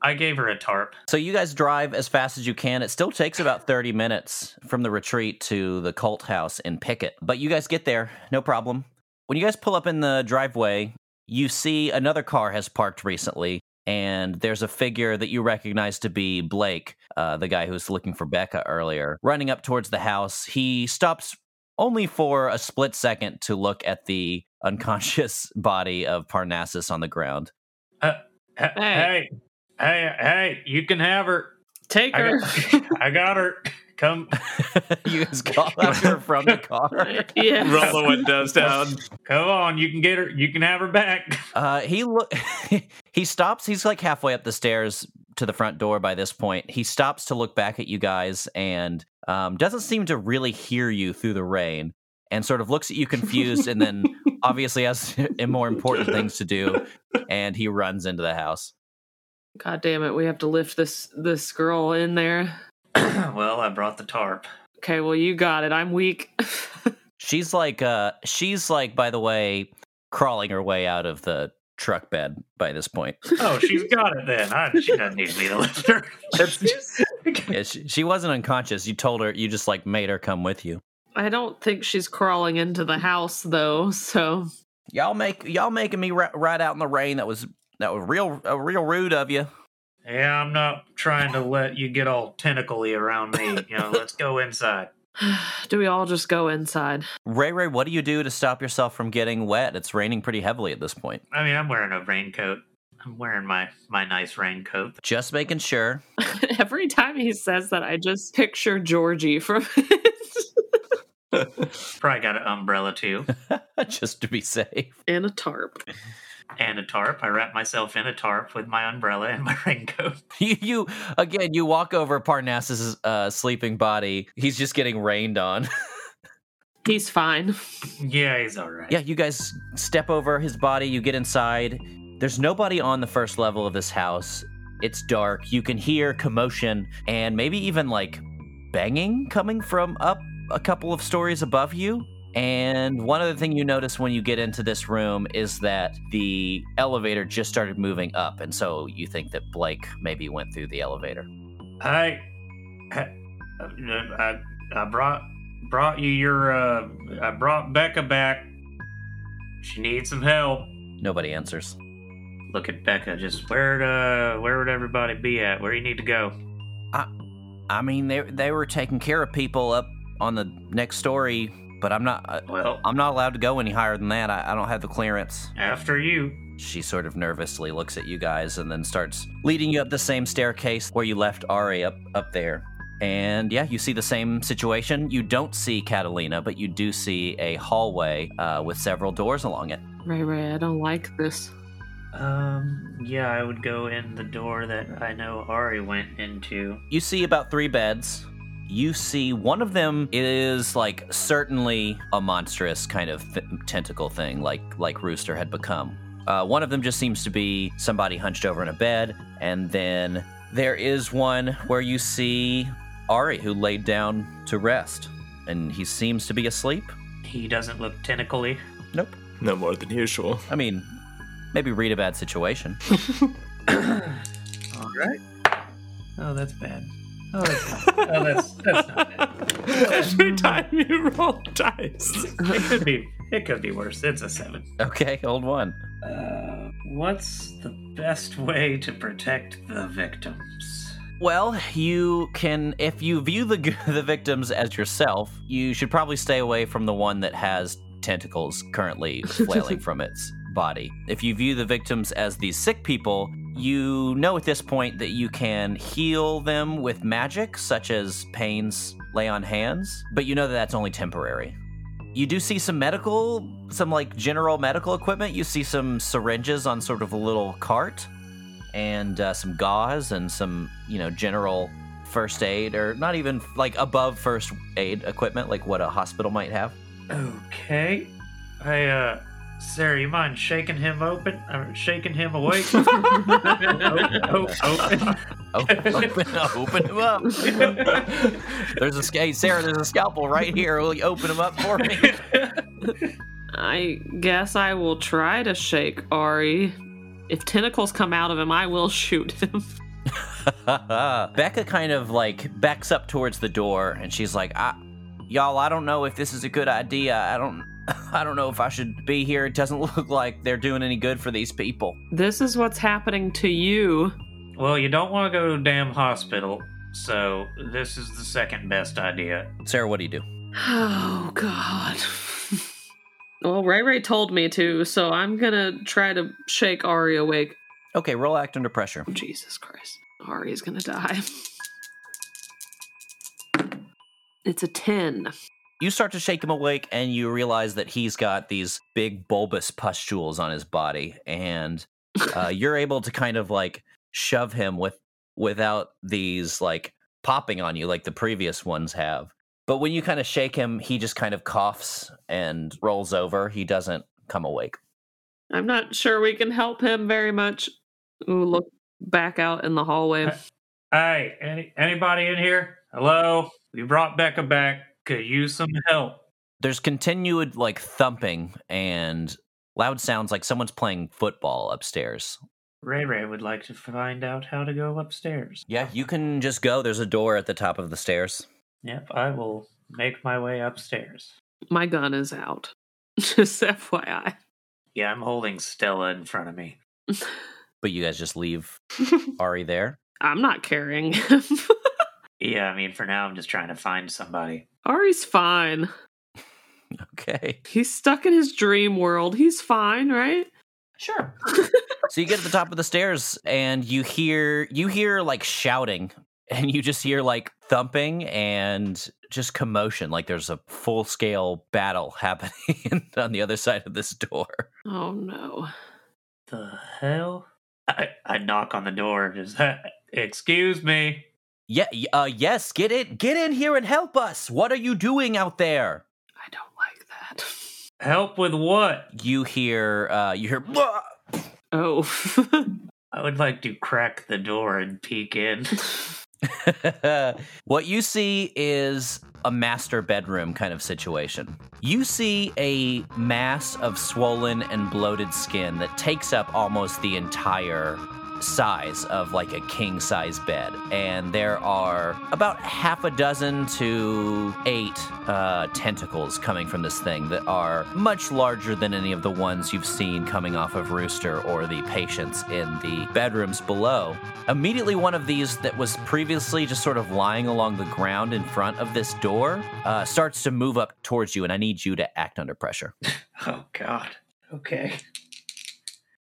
[SPEAKER 4] I gave her a tarp.
[SPEAKER 1] So you guys drive as fast as you can. It still takes about 30 minutes from the retreat to the cult house in Pickett, but you guys get there, no problem. When you guys pull up in the driveway, you see another car has parked recently, and there's a figure that you recognize to be Blake, uh, the guy who was looking for Becca earlier, running up towards the house. He stops only for a split second to look at the unconscious body of Parnassus on the ground.
[SPEAKER 4] Hey, hey,
[SPEAKER 5] Hey.
[SPEAKER 4] hey, hey, you can have her.
[SPEAKER 5] Take
[SPEAKER 4] I
[SPEAKER 5] her.
[SPEAKER 4] got, I got her. Come,
[SPEAKER 1] you guys call after her from the car.
[SPEAKER 5] yeah.
[SPEAKER 3] Roll the windows down.
[SPEAKER 4] come on. You can get her. You can have her back.
[SPEAKER 1] Uh, he look. he stops. He's like halfway up the stairs to the front door by this point. He stops to look back at you guys and um, doesn't seem to really hear you through the rain, and sort of looks at you confused, and then obviously has more important things to do, and he runs into the house.
[SPEAKER 5] God damn it, we have to lift this this girl in there.
[SPEAKER 4] well, I brought the tarp.
[SPEAKER 5] Okay, well you got it. I'm weak.
[SPEAKER 1] She's like, uh, she's like, by the way, crawling her way out of the truck bed by this point.
[SPEAKER 4] Oh, she's got it then. I, she doesn't need me to lift her.
[SPEAKER 1] Yeah, she, she wasn't unconscious. You told her. You just like made her come with you.
[SPEAKER 5] I don't think she's crawling into the house though, so
[SPEAKER 1] Y'all make y'all making me ri- ride out in the rain. That was that was real uh, real rude of you.
[SPEAKER 4] yeah, I'm not trying to let you get all tentacly around me. You know, let's go inside.
[SPEAKER 5] do we all just go inside?
[SPEAKER 1] Ray Ray, what do you do to stop yourself from getting wet? It's raining pretty heavily at this point.
[SPEAKER 4] I mean, I'm wearing a raincoat. I'm wearing my my nice raincoat.
[SPEAKER 1] Just making sure.
[SPEAKER 5] Every time he says that, I just picture Georgie from.
[SPEAKER 4] Probably got an umbrella too,
[SPEAKER 1] just to be safe,
[SPEAKER 5] and a tarp.
[SPEAKER 4] And a tarp. I wrap myself in a tarp with my umbrella and my raincoat.
[SPEAKER 1] You, you again. You walk over Parnassus' uh, sleeping body. He's just getting rained on.
[SPEAKER 5] He's fine.
[SPEAKER 4] Yeah, he's all right.
[SPEAKER 1] Yeah, you guys step over his body. You get inside. There's nobody on the first level of this house. It's dark. You can hear commotion and maybe even like banging coming from up a couple of stories above you. And one other thing you notice when you get into this room is that the elevator just started moving up. And so you think that Blake maybe went through the elevator.
[SPEAKER 4] I, I, I brought brought you your uh, I brought Becca back. She needs some help.
[SPEAKER 1] Nobody answers
[SPEAKER 4] look at Becca. Just where'd uh, where would everybody be at? Where you need to go?
[SPEAKER 1] I, I mean they they were taking care of people up on the next story, but I'm not. uh, Well, I'm not allowed to go any higher than that. I, I don't have the clearance.
[SPEAKER 4] After you.
[SPEAKER 1] She sort of nervously looks at you guys and then starts leading you up the same staircase where you left Ari up up there. And yeah, you see the same situation. You don't see Catalina, but you do see a hallway uh, with several doors along it.
[SPEAKER 5] Ray Ray, I don't like this.
[SPEAKER 4] Um, yeah, I would go in the door that I know Ari went into.
[SPEAKER 1] You see about three beds. You see one of them is like certainly a monstrous kind of th- tentacle thing, like like Rooster had become. Uh, one of them just seems to be somebody hunched over in a bed, and then there is one where you see Ari who laid down to rest, and he seems to be asleep.
[SPEAKER 4] He doesn't look tentacly.
[SPEAKER 1] Nope.
[SPEAKER 3] No more than usual.
[SPEAKER 1] I mean, maybe read a bad situation.
[SPEAKER 4] All right. Oh, that's bad. Oh, that's, not, oh, that's, that's not bad.
[SPEAKER 3] Every time you roll dice,
[SPEAKER 4] it could be it could be worse. It's a seven.
[SPEAKER 1] Okay, hold one.
[SPEAKER 4] Uh, what's the best way to protect the victims?
[SPEAKER 1] Well, you can if you view the the victims as yourself, you should probably stay away from the one that has tentacles currently flailing from its body. If you view the victims as these sick people, you know at this point that you can heal them with magic, such as pains lay on hands, but you know that that's only temporary. You do see some medical, some like general medical equipment. You see some syringes on sort of a little cart, and uh, some gauze and some, you know, general first aid, or not even like above first aid equipment, like what a hospital might have.
[SPEAKER 4] Okay. I, uh, Sarah, you mind shaking him open? Uh, shaking him awake? open,
[SPEAKER 1] oh, oh, open. open, open him up. there's a hey, Sarah. There's a scalpel right here. Will you open him up for me?
[SPEAKER 5] I guess I will try to shake Ari. If tentacles come out of him, I will shoot him.
[SPEAKER 1] Becca kind of like backs up towards the door, and she's like, I, "Y'all, I don't know if this is a good idea. I don't." I don't know if I should be here. It doesn't look like they're doing any good for these people.
[SPEAKER 5] This is what's happening to you.
[SPEAKER 4] Well, you don't want to go to a damn hospital, so this is the second best idea.
[SPEAKER 1] Sarah, what do you do?
[SPEAKER 5] Oh, God. well, Ray Ray told me to, so I'm going to try to shake Ari awake.
[SPEAKER 1] Okay, roll act under pressure.
[SPEAKER 5] Oh, Jesus Christ. Ari's going to die. it's a 10
[SPEAKER 1] you start to shake him awake and you realize that he's got these big bulbous pustules on his body and uh, you're able to kind of like shove him with without these like popping on you like the previous ones have but when you kind of shake him he just kind of coughs and rolls over he doesn't come awake
[SPEAKER 5] i'm not sure we can help him very much Ooh, look back out in the hallway
[SPEAKER 4] hey any, anybody in here hello we brought becca back could use some help.
[SPEAKER 1] There's continued like thumping and loud sounds like someone's playing football upstairs.
[SPEAKER 4] Ray Ray would like to find out how to go upstairs.
[SPEAKER 1] Yeah, you can just go. There's a door at the top of the stairs.
[SPEAKER 4] Yep, I will make my way upstairs.
[SPEAKER 5] My gun is out. just FYI.
[SPEAKER 4] Yeah, I'm holding Stella in front of me.
[SPEAKER 1] but you guys just leave Ari there?
[SPEAKER 5] I'm not carrying him.
[SPEAKER 4] Yeah, I mean, for now, I'm just trying to find somebody.
[SPEAKER 5] Ari's fine.
[SPEAKER 1] Okay.
[SPEAKER 5] He's stuck in his dream world. He's fine, right?
[SPEAKER 1] Sure. so you get to the top of the stairs and you hear you hear like shouting and you just hear like thumping and just commotion like there's a full-scale battle happening on the other side of this door.
[SPEAKER 5] Oh no.
[SPEAKER 4] The hell? I, I knock on the door. Just excuse me.
[SPEAKER 1] Yeah, uh yes, get in. Get in here and help us. What are you doing out there?
[SPEAKER 5] I don't like that.
[SPEAKER 4] Help with what?
[SPEAKER 1] You hear uh you hear "Bwah!"
[SPEAKER 5] Oh.
[SPEAKER 4] I would like to crack the door and peek in.
[SPEAKER 1] what you see is a master bedroom kind of situation. You see a mass of swollen and bloated skin that takes up almost the entire size of like a king size bed. And there are about half a dozen to eight uh, tentacles coming from this thing that are much larger than any of the ones you've seen coming off of Rooster or the patients in the bedrooms below. Immediately, one of these that was previously just sort of lying along the ground in front of this door uh, starts to move up towards you, and I need you to act under pressure.
[SPEAKER 4] Oh, God. Okay.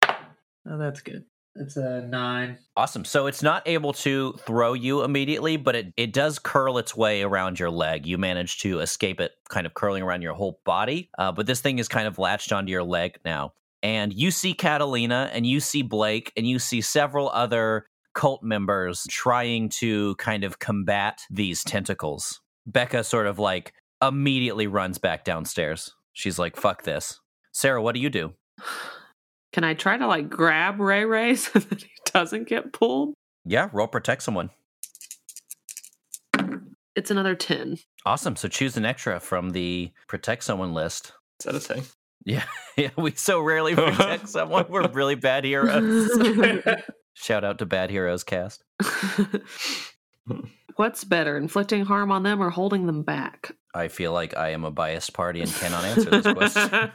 [SPEAKER 4] Oh, that's good. That's a nine.
[SPEAKER 1] Awesome. So it's not able to throw you immediately, but it, it does curl its way around your leg. You manage to escape it, kind of curling around your whole body. Uh, but this thing is kind of latched onto your leg now. And you see Catalina, and you see Blake, and you see several other cult members trying to kind of combat these tentacles. Becca sort of like immediately runs back downstairs. She's like, fuck this. Sarah, what do you do?
[SPEAKER 5] Can I try to like grab Ray Ray so that he doesn't get pulled?
[SPEAKER 1] Yeah, roll protect someone.
[SPEAKER 5] It's another 10.
[SPEAKER 1] Awesome. So choose an extra from the protect someone list.
[SPEAKER 3] Is that a thing?
[SPEAKER 1] Yeah, yeah. We so rarely protect someone. We're really bad heroes. Shout out to Bad Heroes Cast.
[SPEAKER 5] What's better, inflicting harm on them or holding them back?
[SPEAKER 1] I feel like I am a biased party and cannot answer this question.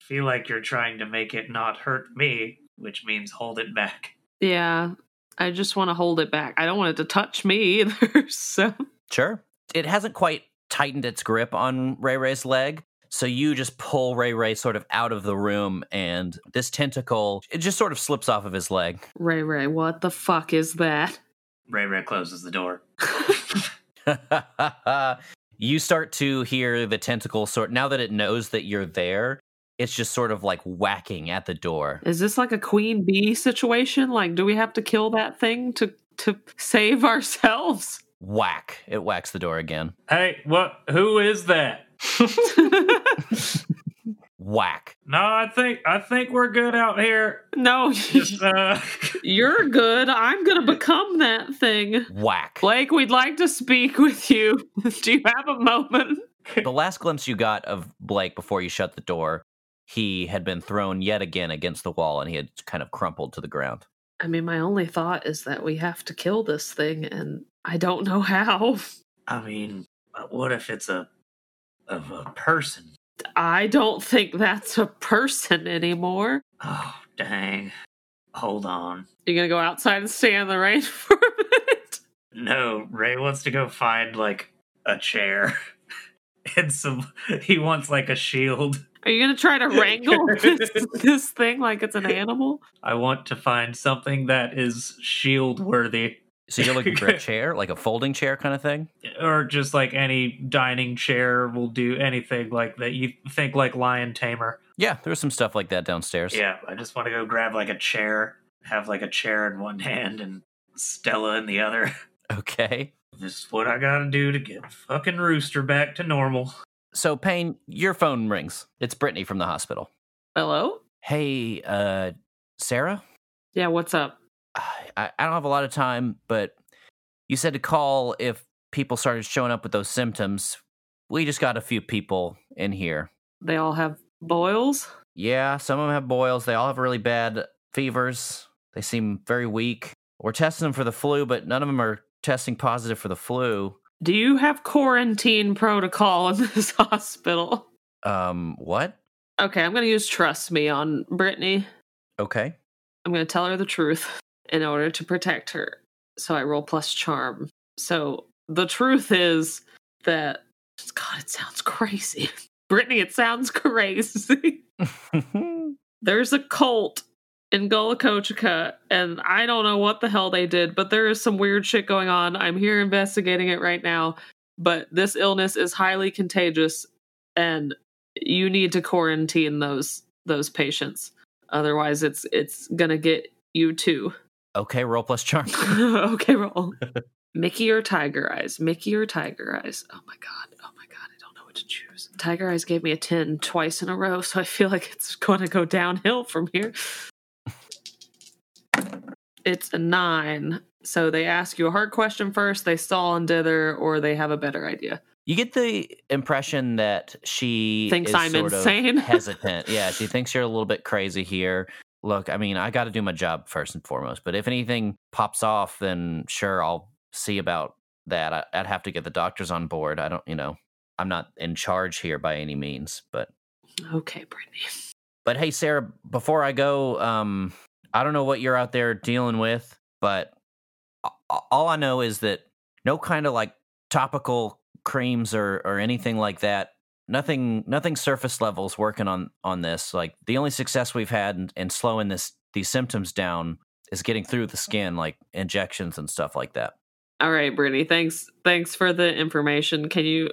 [SPEAKER 4] Feel like you're trying to make it not hurt me, which means hold it back.
[SPEAKER 5] yeah, I just want to hold it back. I don't want it to touch me either. So,
[SPEAKER 1] Sure. It hasn't quite tightened its grip on Ray Ray's leg. So you just pull Ray Ray sort of out of the room, and this tentacle, it just sort of slips off of his leg.
[SPEAKER 5] Ray Ray, what the fuck is that?
[SPEAKER 4] Ray Ray closes the door.
[SPEAKER 1] you start to hear the tentacle sort, now that it knows that you're there, it's just sort of like whacking at the door.
[SPEAKER 5] Is this like a queen bee situation? Like, do we have to kill that thing to to save ourselves?
[SPEAKER 1] Whack. It whacks the door again.
[SPEAKER 4] Hey, what? Who is that?
[SPEAKER 1] Whack.
[SPEAKER 4] No, I think I think we're good out here.
[SPEAKER 5] no,
[SPEAKER 4] Just, uh,
[SPEAKER 5] you're good. I'm gonna become that thing.
[SPEAKER 1] Whack.
[SPEAKER 5] Blake, we'd like to speak with you. Do you have a moment?
[SPEAKER 1] the last glimpse you got of Blake before you shut the door, he had been thrown yet again against the wall and he had kind of crumpled to the ground.
[SPEAKER 5] I mean, my only thought is that we have to kill this thing, and I don't know how.
[SPEAKER 4] I mean, what if it's a of a person?
[SPEAKER 5] I don't think that's a person anymore.
[SPEAKER 4] Oh, dang. Hold on.
[SPEAKER 5] You're gonna go outside and stay in the rain for a minute.
[SPEAKER 4] No, Ray wants to go find like a chair and some. He wants like a shield.
[SPEAKER 5] Are you gonna try to wrangle this, this thing like it's an animal?
[SPEAKER 4] I want to find something that is shield worthy,
[SPEAKER 1] So you're looking for a chair, like a folding chair kind of thing?
[SPEAKER 4] or just like any dining chair will do. Anything like that. You think like lion tamer?
[SPEAKER 1] Yeah, there was some stuff like that downstairs.
[SPEAKER 4] Yeah, I just want to go grab like a chair, have like a chair in one hand and Stella in the other.
[SPEAKER 1] Okay.
[SPEAKER 4] This is what I gotta do to get fucking Rooster back to normal.
[SPEAKER 1] So Payne, your phone rings. It's Brittany from the hospital.
[SPEAKER 5] Hello?
[SPEAKER 1] Hey, uh, Sarah?
[SPEAKER 5] Yeah, what's up?
[SPEAKER 1] I, I don't have a lot of time, but you said to call if people started showing up with those symptoms. We just got a few people in here.
[SPEAKER 5] They all have boils?
[SPEAKER 1] Yeah, some of them have boils. They all have really bad fevers. They seem very weak. We're testing them for the flu, but none of them are testing positive for the flu.
[SPEAKER 5] Do you have quarantine protocol in this hospital?
[SPEAKER 1] Um, what?
[SPEAKER 5] Okay, I'm gonna use trust me on Brittany.
[SPEAKER 1] Okay.
[SPEAKER 5] I'm going to tell her the truth in order to protect her. So I roll plus charm. So the truth is that God, it sounds crazy. Brittany, it sounds crazy. There's a cult in Gullah Kochika, and I don't know what the hell they did, but there is some weird shit going on. I'm here investigating it right now, but this illness is highly contagious, and you need to quarantine those those patients. Otherwise, it's it's gonna get you too.
[SPEAKER 1] Okay, roll plus charm.
[SPEAKER 5] okay, roll. Mickey or Tiger Eyes? Mickey or Tiger Eyes? Oh my god. Oh my god. I don't know what to choose. Tiger Eyes gave me a 10 twice in a row, so I feel like it's going to go downhill from here. it's a 9. So they ask you a hard question first, they stall and dither, or they have a better idea.
[SPEAKER 1] You get the impression that she
[SPEAKER 5] thinks I'm
[SPEAKER 1] sort
[SPEAKER 5] insane.
[SPEAKER 1] hesitant. Yeah, she thinks you're a little bit crazy here look, I mean, I got to do my job first and foremost, but if anything pops off, then sure, I'll see about that. I, would have to get the doctors on board. I don't, you know, I'm not in charge here by any means, but.
[SPEAKER 5] Okay, Brittany.
[SPEAKER 1] But hey, Sarah, before I go, um, I don't know what you're out there dealing with, but all I know is that no kind of like topical creams or, or anything like that nothing nothing surface levels working on on this like the only success we've had in, in, slowing this these symptoms down is getting through the skin like injections and stuff like that
[SPEAKER 5] all right brittany thanks thanks for the information can you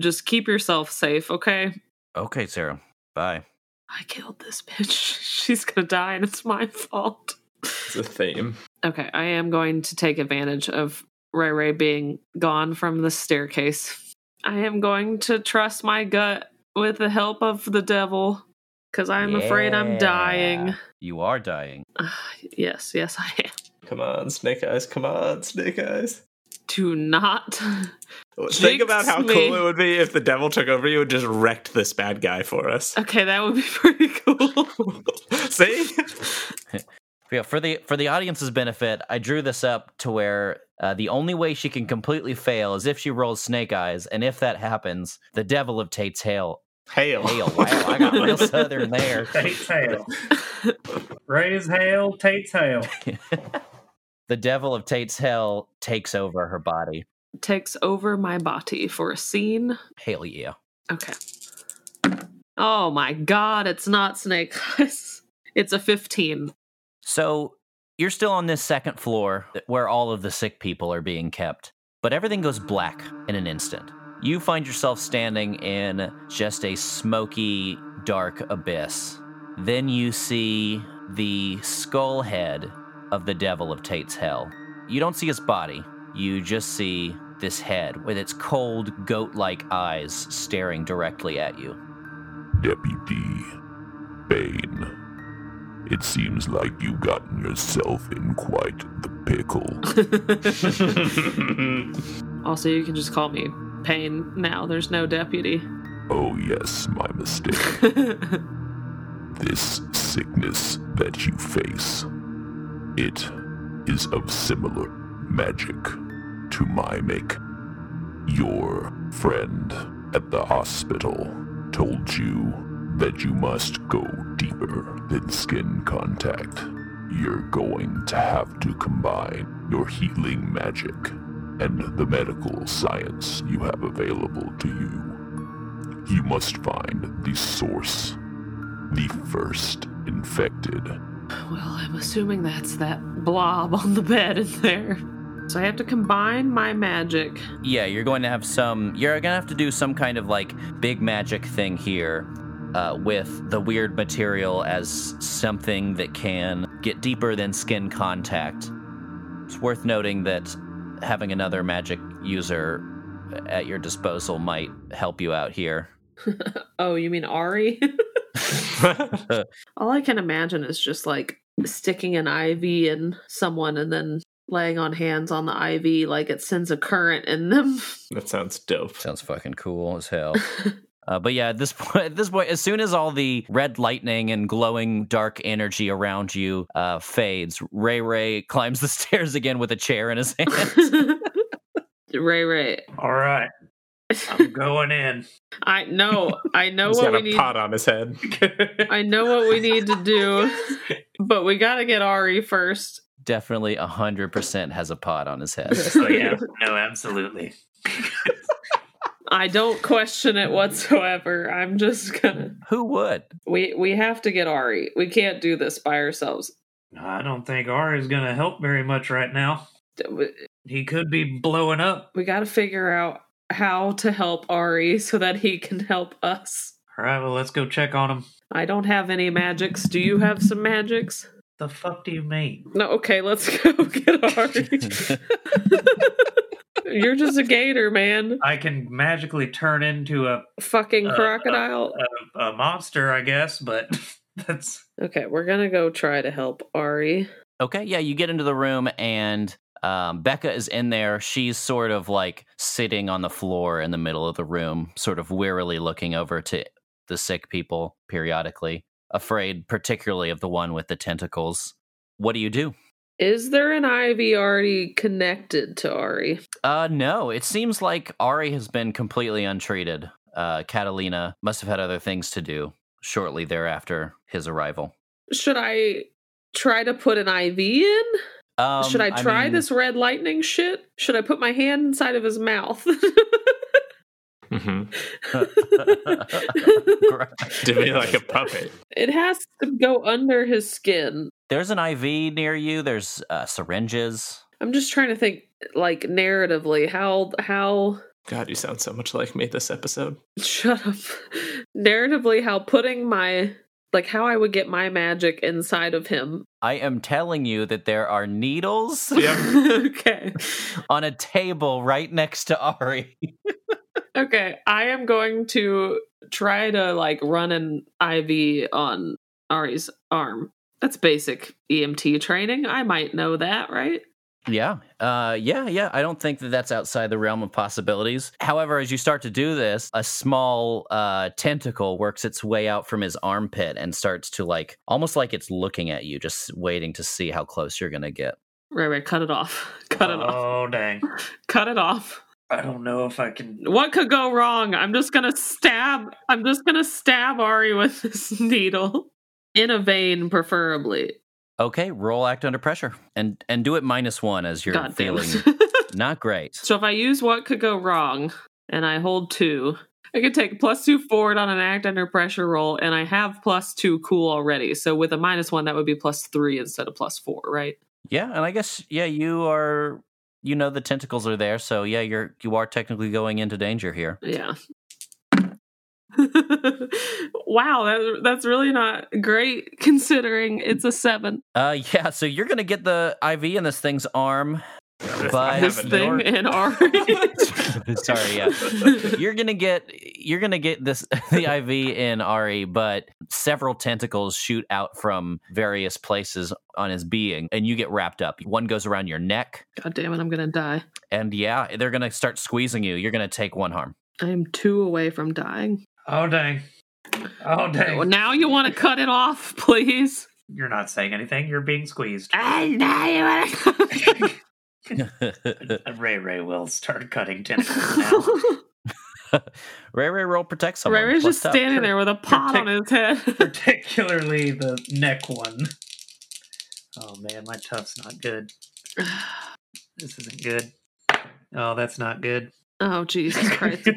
[SPEAKER 5] just keep yourself safe okay
[SPEAKER 1] okay sarah bye
[SPEAKER 5] i killed this bitch she's gonna die and it's my fault
[SPEAKER 7] it's a theme
[SPEAKER 5] okay i am going to take advantage of ray ray being gone from the staircase I am going to trust my gut with the help of the devil because I'm yeah. afraid I'm dying.
[SPEAKER 1] You are dying.
[SPEAKER 5] Uh, yes, yes, I am.
[SPEAKER 7] Come on, Snake Eyes. Come on, Snake Eyes.
[SPEAKER 5] Do not.
[SPEAKER 3] Think about how me. cool it would be if the devil took over you and just wrecked this bad guy for us.
[SPEAKER 5] Okay, that would be pretty cool.
[SPEAKER 3] See?
[SPEAKER 1] yeah, for the for the audience's benefit, I drew this up to where uh, the only way she can completely fail is if she rolls snake eyes, and if that happens, the devil of Tate's hail.
[SPEAKER 3] Hail.
[SPEAKER 1] Hail. Wow, I got real southern there.
[SPEAKER 4] Tate's hail. Raise hail, Tate's hail.
[SPEAKER 1] the devil of Tate's hell takes over her body.
[SPEAKER 5] Takes over my body for a scene.
[SPEAKER 1] Hail yeah.
[SPEAKER 5] Okay. Oh my god, it's not snake eyes. it's a 15.
[SPEAKER 1] So you're still on this second floor eh, where all of the sick people are being kept, but everything goes black in an instant. You find yourself standing in just a smoky, dark abyss. Then you see the skull head of the devil of Tate's Hell. You don't see his body, you just see this head with its cold, goat like eyes staring directly at you.
[SPEAKER 8] Deputy Bane. It seems like you've gotten yourself in quite the pickle.
[SPEAKER 5] also, you can just call me Pain now. There's no deputy.
[SPEAKER 8] Oh, yes, my mistake. this sickness that you face, it is of similar magic to my make. Your friend at the hospital told you that you must go deeper than skin contact. You're going to have to combine your healing magic and the medical science you have available to you. You must find the source, the first infected.
[SPEAKER 5] Well, I'm assuming that's that blob on the bed in there. So I have to combine my magic.
[SPEAKER 1] Yeah, you're going to have some. You're going to have to do some kind of like big magic thing here uh, with the weird material as something that can get deeper than skin contact. It's worth noting that having another magic user at your disposal might help you out here.
[SPEAKER 5] oh, you mean Ari? All I can imagine is just like sticking an IV in someone and then laying on hands on the IV like it sends a current in them.
[SPEAKER 7] That sounds dope.
[SPEAKER 1] Sounds fucking cool as hell. Uh, but yeah, at this point, at this point, as soon as all the red lightning and glowing dark energy around you uh, fades, Ray Ray climbs the stairs again with a chair in his hand.
[SPEAKER 5] Ray Ray.
[SPEAKER 4] All right, I'm going in.
[SPEAKER 5] I know. I know what
[SPEAKER 7] got
[SPEAKER 5] we need.
[SPEAKER 7] Pot on his head.
[SPEAKER 5] I know what we need to do, but we got to get Ari first.
[SPEAKER 1] definitely 100% has a pot on his head.
[SPEAKER 4] Oh, yeah. No, absolutely.
[SPEAKER 5] I don't question it whatsoever. I'm just gonna.
[SPEAKER 1] Who would?
[SPEAKER 5] We we have to get Ari. We can't do this by ourselves.
[SPEAKER 4] I don't think R is going to help very much right now. He could be blowing up.
[SPEAKER 5] We got to figure out how to help Ari so that he can help us.
[SPEAKER 4] All right, well, let's go check on him.
[SPEAKER 5] I don't have any magics. Do you have some magics?
[SPEAKER 4] The fuck do you mean?
[SPEAKER 5] No, okay, let's go get Ari. You're just a gator, man.
[SPEAKER 4] I can magically turn into a,
[SPEAKER 5] Fucking
[SPEAKER 4] Uh,
[SPEAKER 5] crocodile.
[SPEAKER 4] a, a monster, I guess, but that's.
[SPEAKER 5] Okay, we're gonna go try to help Ari.
[SPEAKER 1] Okay, yeah, you get into the room and um, Becca is in there. She's sort of like sitting on the floor in the middle of the room, sort of wearily looking over to the sick people periodically, afraid particularly of the one with the tentacles. What do you do?
[SPEAKER 5] Is there an Ivy already connected to Ari?
[SPEAKER 1] Uh, no, it seems like Ari has been completely untreated. Uh, Catalina must have had other things to do shortly thereafter his arrival.
[SPEAKER 5] Should I try to put an IV in?
[SPEAKER 1] Um,
[SPEAKER 5] Should I try
[SPEAKER 1] mean-
[SPEAKER 5] this red lightning shit? Should I put my hand inside of his mouth?
[SPEAKER 7] Mm-hmm.
[SPEAKER 1] Gross.
[SPEAKER 7] To be like a puppet.
[SPEAKER 5] it has to go under his skin.
[SPEAKER 1] There's an IV near you. There's uh, syringes.
[SPEAKER 5] I'm just trying to think like narratively how how
[SPEAKER 7] God, you sound so much like me this episode.
[SPEAKER 5] shut up. narratively how putting my like how I would get my magic inside of him.
[SPEAKER 1] I am telling you that there are needles
[SPEAKER 7] Yep.
[SPEAKER 5] okay.
[SPEAKER 1] on a table right next to Ari.
[SPEAKER 5] Okay, I am going to try to like run an IV on Ari's arm. That's basic EMT training. I might know that, right?
[SPEAKER 1] Yeah, uh, yeah, yeah. I don't think that that's outside the realm of possibilities. However, as you start to do this, a small uh, tentacle works its way out from his armpit and starts to like almost like it's looking at you, just waiting to see how close you're gonna get.
[SPEAKER 5] Right, right. Cut it off. Cut it off.
[SPEAKER 4] Oh, dang.
[SPEAKER 5] Cut it off.
[SPEAKER 4] I don't know if I can.
[SPEAKER 5] What could go wrong? I'm just gonna stab. I'm just gonna stab Ari with this needle in a vein, preferably.
[SPEAKER 1] Okay, roll act under pressure and and do it minus one as you're
[SPEAKER 5] God damn
[SPEAKER 1] feeling
[SPEAKER 5] it.
[SPEAKER 1] not great.
[SPEAKER 5] so if I use what could go wrong, and I hold two, I could take plus two forward on an act under pressure roll, and I have plus two cool already. So with a minus one, that would be plus three instead of plus four, right?
[SPEAKER 1] Yeah, and I guess yeah, you are you know the tentacles are there, so yeah, you're you are technically going into danger here.
[SPEAKER 5] Yeah. wow, that, that's really not great considering it's a seven.
[SPEAKER 1] Uh yeah, so you're going to get the IV in this thing's arm. But
[SPEAKER 5] this thing in Ari.
[SPEAKER 1] sorry, yeah. You're going to get you're going to get this the IV in Ari, but several tentacles shoot out from various places on his being and you get wrapped up. One goes around your neck
[SPEAKER 5] God damn it, I'm gonna die.
[SPEAKER 1] and yeah, they're going to start squeezing you. You're going to take one harm.
[SPEAKER 5] I am two away from dying.
[SPEAKER 4] Oh, dang. Oh,
[SPEAKER 5] Well,
[SPEAKER 4] dang.
[SPEAKER 5] now you want to cut it off, please.
[SPEAKER 4] You're not saying anything. You're being squeezed.
[SPEAKER 5] I now you want
[SPEAKER 4] Ray Ray will start cutting tentacles now.
[SPEAKER 1] Ray Ray roll protect someone.
[SPEAKER 5] Ray's
[SPEAKER 1] Plus
[SPEAKER 5] just
[SPEAKER 1] tough.
[SPEAKER 5] standing there with a pot on his head.
[SPEAKER 4] particularly the neck one. Oh man, my tough's not good. This isn't good. Oh, that's not good.
[SPEAKER 5] oh Jesus Christ!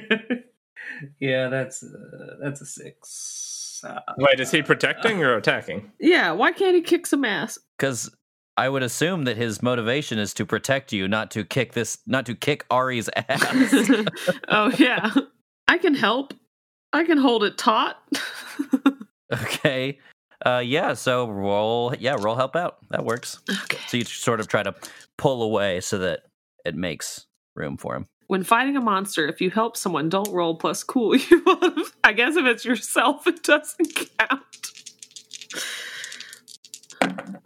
[SPEAKER 4] yeah, that's uh, that's a six. Uh,
[SPEAKER 7] Wait, is he protecting or attacking?
[SPEAKER 5] Yeah, why can't he kick some ass?
[SPEAKER 1] Because I would assume that his motivation is to protect you, not to kick this, not to kick Ari's ass.
[SPEAKER 5] oh yeah, I can help. I can hold it taut.
[SPEAKER 1] okay. Uh, yeah. So roll. Yeah, roll help out. That works.
[SPEAKER 5] okay.
[SPEAKER 1] So you sort of try to pull away so that it makes room for him.
[SPEAKER 5] When fighting a monster, if you help someone, don't roll plus cool. You want- I guess if it's yourself, it doesn't count.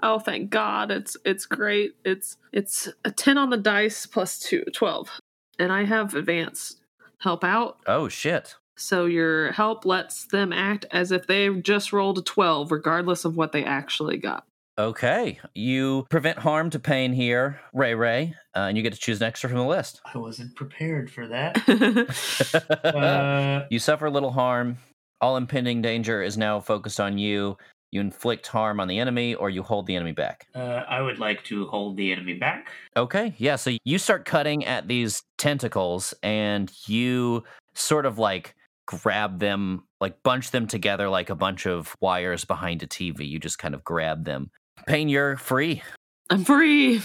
[SPEAKER 5] Oh, thank God. It's it's great. It's it's a 10 on the dice plus 2, 12. And I have advanced help out.
[SPEAKER 1] Oh shit.
[SPEAKER 5] So your help lets them act as if they've just rolled a 12 regardless of what they actually got.
[SPEAKER 1] Okay. You prevent harm to pain here, Ray Ray, uh, and you get to choose an extra from the list.
[SPEAKER 4] I wasn't prepared for that. uh,
[SPEAKER 1] You suffer little harm. All impending danger is now focused on you. You inflict harm on the enemy or you hold the enemy back.
[SPEAKER 4] Uh, I would like to hold the enemy back.
[SPEAKER 1] Okay, yeah. So you start cutting at these tentacles and you sort of like grab them, like bunch them together like a bunch of wires behind a TV. You just kind of grab them. Pain, you're free.
[SPEAKER 5] I'm free.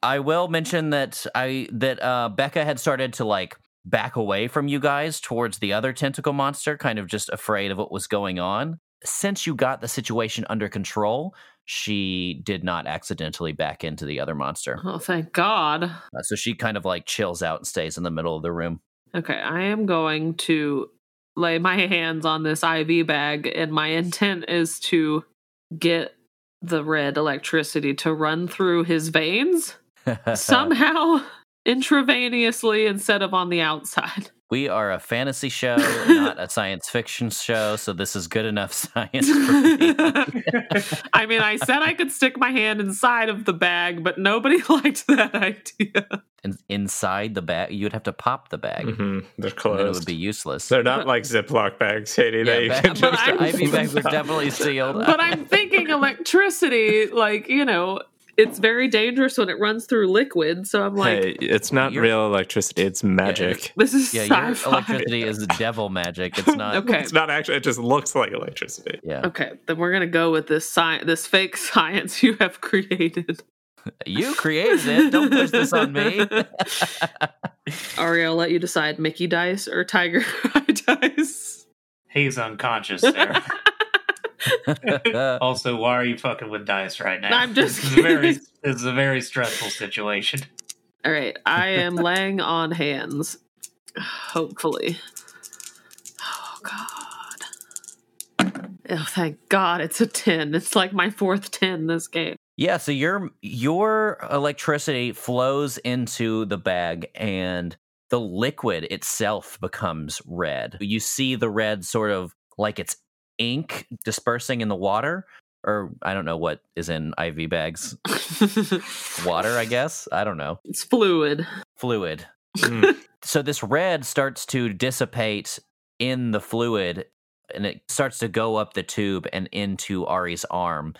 [SPEAKER 1] I will mention that I that uh, Becca had started to like back away from you guys towards the other tentacle monster, kind of just afraid of what was going on. Since you got the situation under control, she did not accidentally back into the other monster.
[SPEAKER 5] Oh, thank God.
[SPEAKER 1] Uh, so she kind of like chills out and stays in the middle of the room.
[SPEAKER 5] Okay, I am going to lay my hands on this IV bag, and my intent is to get the red electricity to run through his veins somehow intravenously instead of on the outside.
[SPEAKER 1] We are a fantasy show, not a science fiction show, so this is good enough science for me.
[SPEAKER 5] I mean, I said I could stick my hand inside of the bag, but nobody liked that idea.
[SPEAKER 1] And inside the bag, you'd have to pop the
[SPEAKER 5] Mm,
[SPEAKER 1] bag.
[SPEAKER 3] hmm
[SPEAKER 1] And then
[SPEAKER 3] They're
[SPEAKER 1] it would
[SPEAKER 3] closed.
[SPEAKER 1] be useless.
[SPEAKER 3] They're not like Ziploc bags, Haiti. that you
[SPEAKER 1] Yeah,
[SPEAKER 3] can
[SPEAKER 1] ba-
[SPEAKER 3] just
[SPEAKER 5] I'm-
[SPEAKER 1] IV bags are definitely sealed.
[SPEAKER 5] But I'm thinking electricity, like, you know, it's very dangerous when it runs through liquid, so I'm like,
[SPEAKER 3] Hey, it's not
[SPEAKER 1] you're-
[SPEAKER 3] real electricity. It's magic.
[SPEAKER 5] this is
[SPEAKER 1] yeah, your
[SPEAKER 5] sci-fi.
[SPEAKER 1] electricity is devil magic. It's not.
[SPEAKER 5] okay.
[SPEAKER 3] It's not actually. It just looks like electricity.
[SPEAKER 1] Yeah,
[SPEAKER 5] Okay, then we're gonna go with this science, this fake science you have created.
[SPEAKER 1] you created it. Don't push this on me.
[SPEAKER 5] Ari, I'll let you decide: Mickey dice or Tiger Eye dice.
[SPEAKER 4] He's unconscious, Sarah.
[SPEAKER 1] Uh,
[SPEAKER 4] also, why are you fucking with dice right now?
[SPEAKER 5] I'm just
[SPEAKER 4] This is a very,
[SPEAKER 5] kidding.
[SPEAKER 4] this is a very stressful situation.
[SPEAKER 5] All right, I am laying on hands. Hopefully. Oh God. Oh, thank God, it's a ten. It's like my fourth ten this game.
[SPEAKER 1] Yeah, so your your electricity flows into the bag and the liquid itself becomes red. You see the red sort of like it's ink dispersing in the water or I don't know what is in IV bags.
[SPEAKER 5] it's
[SPEAKER 1] Water, I guess. I don't know.
[SPEAKER 5] fluid.
[SPEAKER 1] Fluid. so this red starts to dissipate in the fluid and it starts to go up the tube and into Ari's arm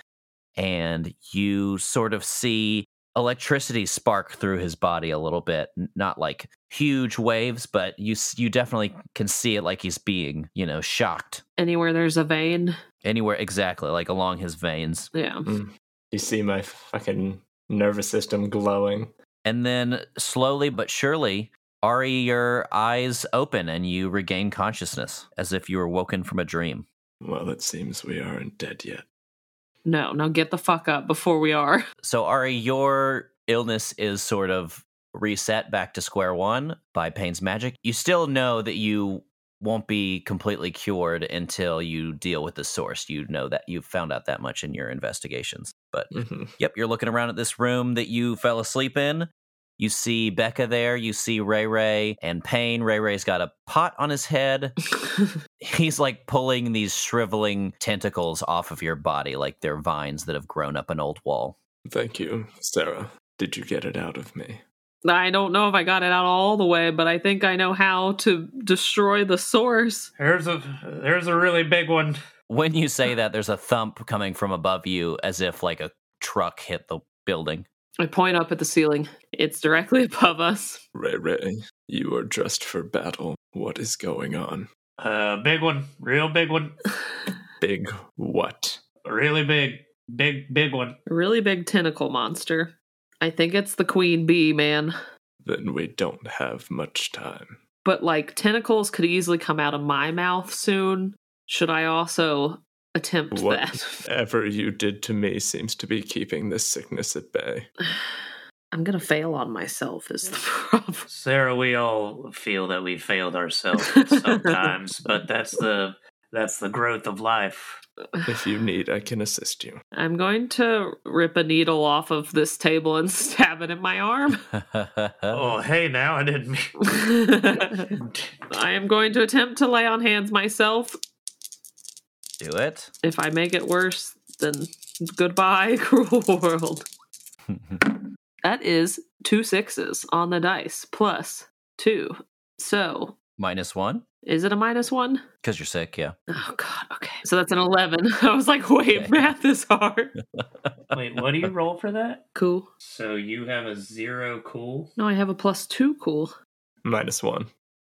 [SPEAKER 1] and you sort of see electricity spark through his body a little bit N- not like huge waves but you s- you definitely can see it like he's being you know shocked
[SPEAKER 5] Anywhere there's a vein.
[SPEAKER 1] anywhere exactly like along his veins
[SPEAKER 5] Yeah.
[SPEAKER 3] Mm. You see my fucking nervous system glowing.
[SPEAKER 1] and then slowly but surely Ari your eyes open and you regain consciousness as if you were woken from a dream
[SPEAKER 3] Well, it seems we aren't dead yet.
[SPEAKER 5] No, no, get the fuck up before we are.
[SPEAKER 1] So Ari, your illness is sort of reset back to square one by Payne's magic. You still know that you won't be completely cured until you deal with the source. You know that you've found out that much in your investigations. But
[SPEAKER 3] hmm
[SPEAKER 1] yep, you're looking around at this room that you fell asleep in. You see Becca there, you see Ray Ray and Payne. Ray Ray's got a pot on his head. He's like pulling these shriveling tentacles off of your body like they're vines that have grown up an old wall.
[SPEAKER 3] Thank you, Sarah. Did you get it out of me?
[SPEAKER 5] I don't know if I got it out all the way, but I think I know how to destroy the source.
[SPEAKER 4] There's a there's a really big one.
[SPEAKER 1] when you say that there's a thump coming from above you as if like a truck hit the building
[SPEAKER 5] I point up at the ceiling. It's directly above us.
[SPEAKER 3] Ray Ray, you are dressed for battle. What is going on?
[SPEAKER 4] Uh, big one, real big one,
[SPEAKER 3] Big what?
[SPEAKER 4] really big, big big one.
[SPEAKER 5] A really big tentacle monster. I think it's the queen bee, man.
[SPEAKER 3] Then we don't have much time.
[SPEAKER 5] But like tentacles could easily come out of my mouth soon. Should I also attempt
[SPEAKER 3] What?
[SPEAKER 5] that?
[SPEAKER 3] Ever you did to me seems to be keeping this sickness at bay.
[SPEAKER 5] I'm gonna fail on myself is the problem.
[SPEAKER 4] Sarah, we all feel that we failed ourselves sometimes, but that's the that's the growth of life.
[SPEAKER 3] If you need, I can assist you.
[SPEAKER 5] I'm going to rip a needle off of this table and stab it in my arm.
[SPEAKER 4] Oh, hey, now I didn't mean.
[SPEAKER 5] I am going to attempt to lay on hands myself.
[SPEAKER 1] do it
[SPEAKER 5] If I make it worse, then goodbye, cruel world. that is two sixes on the dice plus two. So
[SPEAKER 1] Minus one?
[SPEAKER 5] Is it a minus one?
[SPEAKER 1] Because you're sick, yeah.
[SPEAKER 5] Oh, God. Okay. So that's an 11. I was like, wait,
[SPEAKER 1] Okay.
[SPEAKER 5] math is hard.
[SPEAKER 4] Wait, what do you roll for that?
[SPEAKER 5] Cool.
[SPEAKER 4] So you have a zero cool.
[SPEAKER 5] No, I have a plus two. Cool.
[SPEAKER 3] Minus one.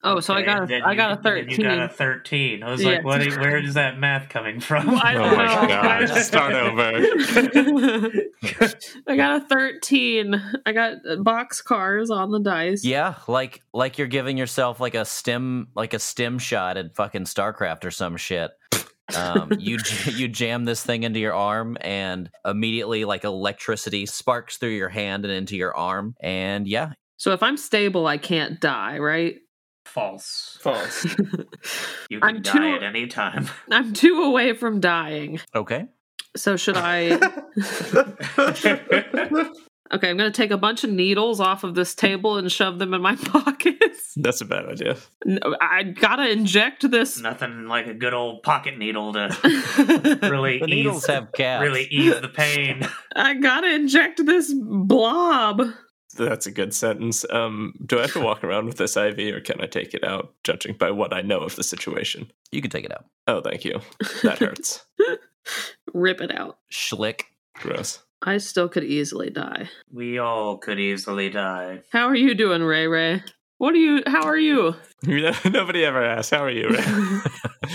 [SPEAKER 5] Oh, so I
[SPEAKER 4] Okay,
[SPEAKER 5] got
[SPEAKER 4] then
[SPEAKER 5] a, I
[SPEAKER 4] you-
[SPEAKER 5] got a
[SPEAKER 4] then
[SPEAKER 5] 13.
[SPEAKER 4] You got a thirteen. I was
[SPEAKER 5] Yeah.
[SPEAKER 4] like, what? Where is that math coming from?
[SPEAKER 5] I
[SPEAKER 3] Oh
[SPEAKER 5] don't
[SPEAKER 3] my
[SPEAKER 5] know.
[SPEAKER 3] god. Start over.
[SPEAKER 5] I got a 13. I got box cars on the dice.
[SPEAKER 1] Yeah, like like you're giving yourself like a stem like a stem shot at fucking StarCraft or some shit. Um, you j- you jam this thing into your arm and immediately like electricity sparks through your hand and into your arm and yeah,
[SPEAKER 5] So if I'm stable, I can't die, right?
[SPEAKER 4] False.
[SPEAKER 3] False.
[SPEAKER 4] You can
[SPEAKER 5] I'm
[SPEAKER 4] die
[SPEAKER 5] too-
[SPEAKER 4] at any time.
[SPEAKER 5] I'm two away from dying.
[SPEAKER 1] okay.
[SPEAKER 5] So should I? okay, I'm going to take a bunch of needles off of this table and shove them in my pockets.
[SPEAKER 3] That's a bad idea.
[SPEAKER 5] No, I got to inject this.
[SPEAKER 4] Nothing like a good old pocket needle to really
[SPEAKER 1] The needles
[SPEAKER 4] ease,
[SPEAKER 1] have e caps.
[SPEAKER 4] really ease the pain.
[SPEAKER 5] I got to inject this blob.
[SPEAKER 3] That's a good sentence. Um, do I have to walk around with this IV or can I take it out, judging by what I know of the situation?
[SPEAKER 1] You can take it out.
[SPEAKER 3] Oh, thank you. That hurts.
[SPEAKER 5] Rip it out.
[SPEAKER 1] Schlick.
[SPEAKER 3] Gross.
[SPEAKER 5] I still could easily die.
[SPEAKER 4] We all could easily die.
[SPEAKER 5] How are you doing, Ray Ray? What are you? How are you?
[SPEAKER 3] You know, Nobody ever asks, how are you, Ray?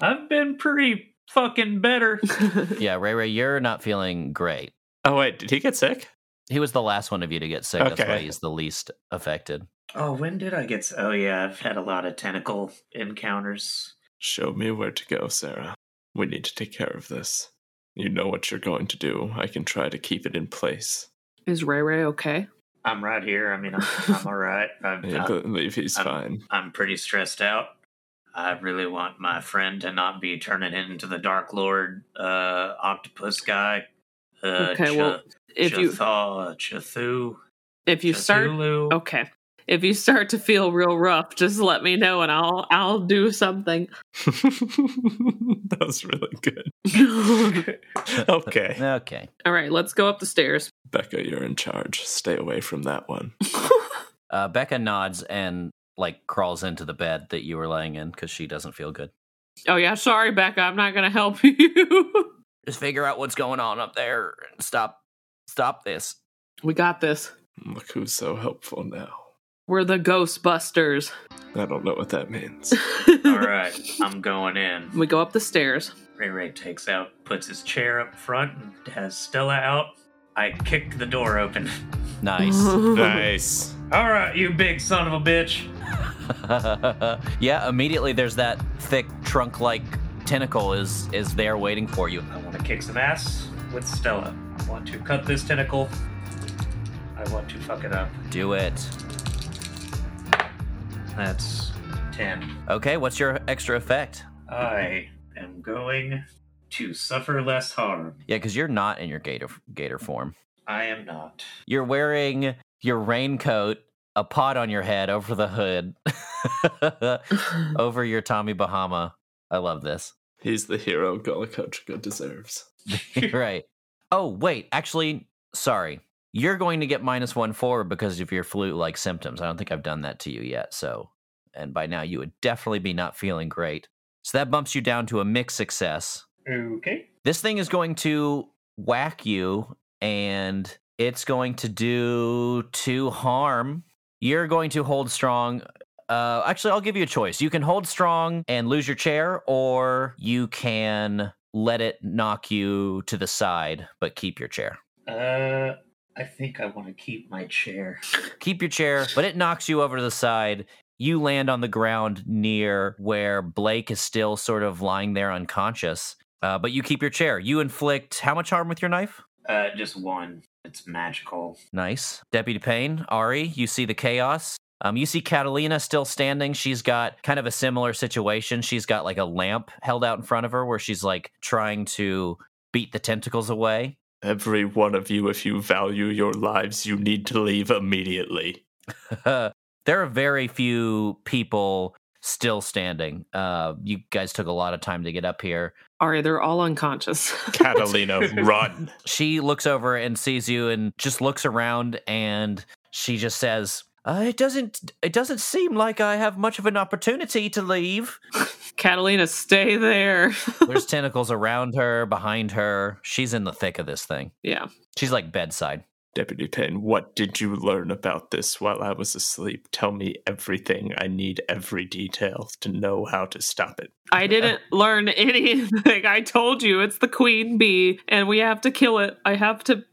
[SPEAKER 4] I've been pretty fucking better.
[SPEAKER 1] Yeah, Ray Ray, you're not feeling great.
[SPEAKER 3] oh, wait, did he get sick?
[SPEAKER 1] He was the last one of you to get sick. That's why
[SPEAKER 3] Okay.
[SPEAKER 1] he's the least affected.
[SPEAKER 4] Oh, when did I get? s- Oh yeah, I've had a lot of tentacle encounters.
[SPEAKER 3] Show me where to go, Sarah. We need to take care of this. You know what you're going to do. I can try to keep it in place.
[SPEAKER 5] Is Ray Ray okay?
[SPEAKER 4] I'm right here. I mean, I'm, I'm all right. I'm,
[SPEAKER 3] I
[SPEAKER 4] I'm,
[SPEAKER 3] believe he's
[SPEAKER 4] I'm-
[SPEAKER 3] fine.
[SPEAKER 4] I'm pretty stressed out. I really want my friend to not be turning into the Dark Lord uh, octopus guy. Uh,
[SPEAKER 5] Okay, well, If you
[SPEAKER 4] Chthal- Cthulhu,
[SPEAKER 5] if you start
[SPEAKER 4] Cthulhu.
[SPEAKER 5] okay, if you start to feel real rough, just let me know and I'll I'll do something.
[SPEAKER 3] that was really good. okay.
[SPEAKER 1] Okay.
[SPEAKER 5] All right, let's go up the stairs.
[SPEAKER 3] Becca, you're in charge. Stay away from that one.
[SPEAKER 1] Uh, Becca nods and like crawls into the bed that you were laying in because she doesn't feel good.
[SPEAKER 5] oh yeah, sorry, Becca, I'm not gonna help you.
[SPEAKER 1] just figure out what's going on up there and stop stop this
[SPEAKER 5] we got this.
[SPEAKER 3] Look who's so helpful now.
[SPEAKER 5] We're the Ghostbusters.
[SPEAKER 3] I don't know what that means.
[SPEAKER 4] All right, I'm going in.
[SPEAKER 5] We go up the stairs.
[SPEAKER 4] Ray Ray takes out, puts his chair up front, and has Stella out. I kicked the door open.
[SPEAKER 1] nice
[SPEAKER 3] nice.
[SPEAKER 4] All right, you big son of a bitch.
[SPEAKER 1] yeah immediately there's that thick trunk like tentacle is is there waiting for you
[SPEAKER 4] I want to kick some ass with Stella. I want to cut this tentacle. I want to fuck it up.
[SPEAKER 1] do it
[SPEAKER 4] That's 10.
[SPEAKER 1] okay what's your extra effect
[SPEAKER 4] I am going to suffer less harm.
[SPEAKER 1] yeah because you're not in your gator gator form
[SPEAKER 4] I am not.
[SPEAKER 1] you're wearing your raincoat a pot on your head over the hood over your tommy bahama i love this
[SPEAKER 3] He's the hero Golicotrica deserves.
[SPEAKER 1] right. Oh, wait. Actually, sorry. You're going to get minus one forward because of your flu like symptoms. I don't think I've done that to you yet. So, and by now you would definitely be not feeling great. So that bumps you down to a mixed success.
[SPEAKER 4] Okay.
[SPEAKER 1] This thing is going to whack you and it's going to do two harm. You're going to hold strong. Uh, actually, I'll give you a choice. You can hold strong and lose your chair, or you can let it knock you to the side but keep your chair.
[SPEAKER 4] Uh, I think I want to keep my chair.
[SPEAKER 1] Keep your chair, but it knocks you over to the side. You land on the ground near where Blake is still sort of lying there unconscious. Uh, but you keep your chair. You inflict how much harm with your knife?
[SPEAKER 4] Uh, just one. It's magical.
[SPEAKER 1] Nice. Deputy Payne, Ari, you see the chaos. Um, you see Catalina still standing. She's got kind of a similar situation. She's got like a lamp held out in front of her where she's like trying to beat the tentacles away.
[SPEAKER 3] Every one of you, if you value your lives, you need to leave immediately.
[SPEAKER 1] there are very few people still standing. Uh, you guys took a lot of time to get up here.
[SPEAKER 5] All right, they're all unconscious.
[SPEAKER 3] Catalina, run.
[SPEAKER 1] She looks over and sees you and just looks around and she just says, Uh, it doesn't. It doesn't seem like I have much of an opportunity to leave.
[SPEAKER 5] Catalina, stay there.
[SPEAKER 1] There's tentacles around her, behind her. She's in the thick of this thing.
[SPEAKER 5] yeah.
[SPEAKER 1] She's like bedside.
[SPEAKER 3] Deputy Payne, what did you learn about this while I was asleep? Tell me everything. I need every detail to know how to stop it.
[SPEAKER 5] I didn't learn anything. I told you it's the queen bee and we have to kill it. I have to.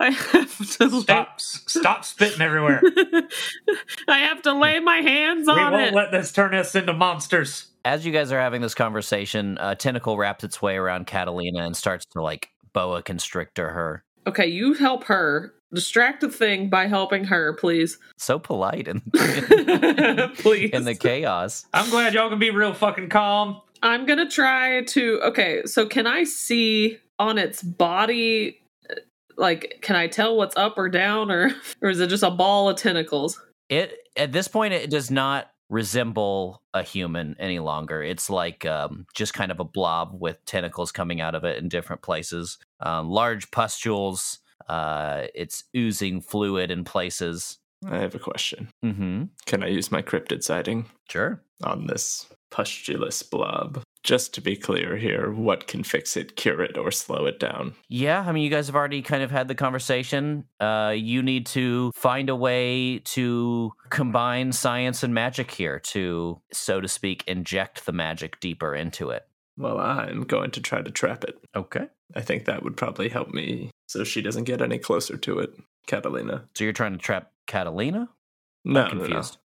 [SPEAKER 5] I have to. Lay,
[SPEAKER 4] Stop, s- stop spitting everywhere. we
[SPEAKER 5] I have to lay my hands on
[SPEAKER 4] won't
[SPEAKER 5] it.
[SPEAKER 4] let this turn us into monsters.
[SPEAKER 1] As you guys are having this conversation, a tentacle wraps its way around Catalina and starts to like boa constrictor her.
[SPEAKER 5] okay, you help her. Distract the thing by helping her, please.
[SPEAKER 1] So polite and
[SPEAKER 5] please.
[SPEAKER 1] in the chaos.
[SPEAKER 4] I'm glad y'all can be real fucking calm.
[SPEAKER 5] I'm gonna try to. Okay, so can I see on its body? uh, Like, can I tell what's up or down, or or is it just a ball of tentacles?
[SPEAKER 1] It at this point it does not resemble a human any longer. It's like um, just kind of a blob with tentacles coming out of it in different places. Um, large pustules. Uh, it's oozing fluid in places.
[SPEAKER 3] I have a question.
[SPEAKER 1] Mm-hmm.
[SPEAKER 3] Can I use my cryptid sighting
[SPEAKER 1] Sure.
[SPEAKER 3] on this pustulous blob? Just to be clear here, what can fix it, cure it, or slow it down?
[SPEAKER 1] Yeah, I mean, you guys have already kind of had the conversation. Uh, you need to find a way to combine science and magic here to, so to speak, inject the magic deeper into it.
[SPEAKER 3] Well, I'm going to try to trap it.
[SPEAKER 1] Okay.
[SPEAKER 3] I think that would probably help me so she doesn't get any closer to it, Catalina.
[SPEAKER 1] So you're trying to trap Catalina?
[SPEAKER 3] No, no, no.
[SPEAKER 1] Confused.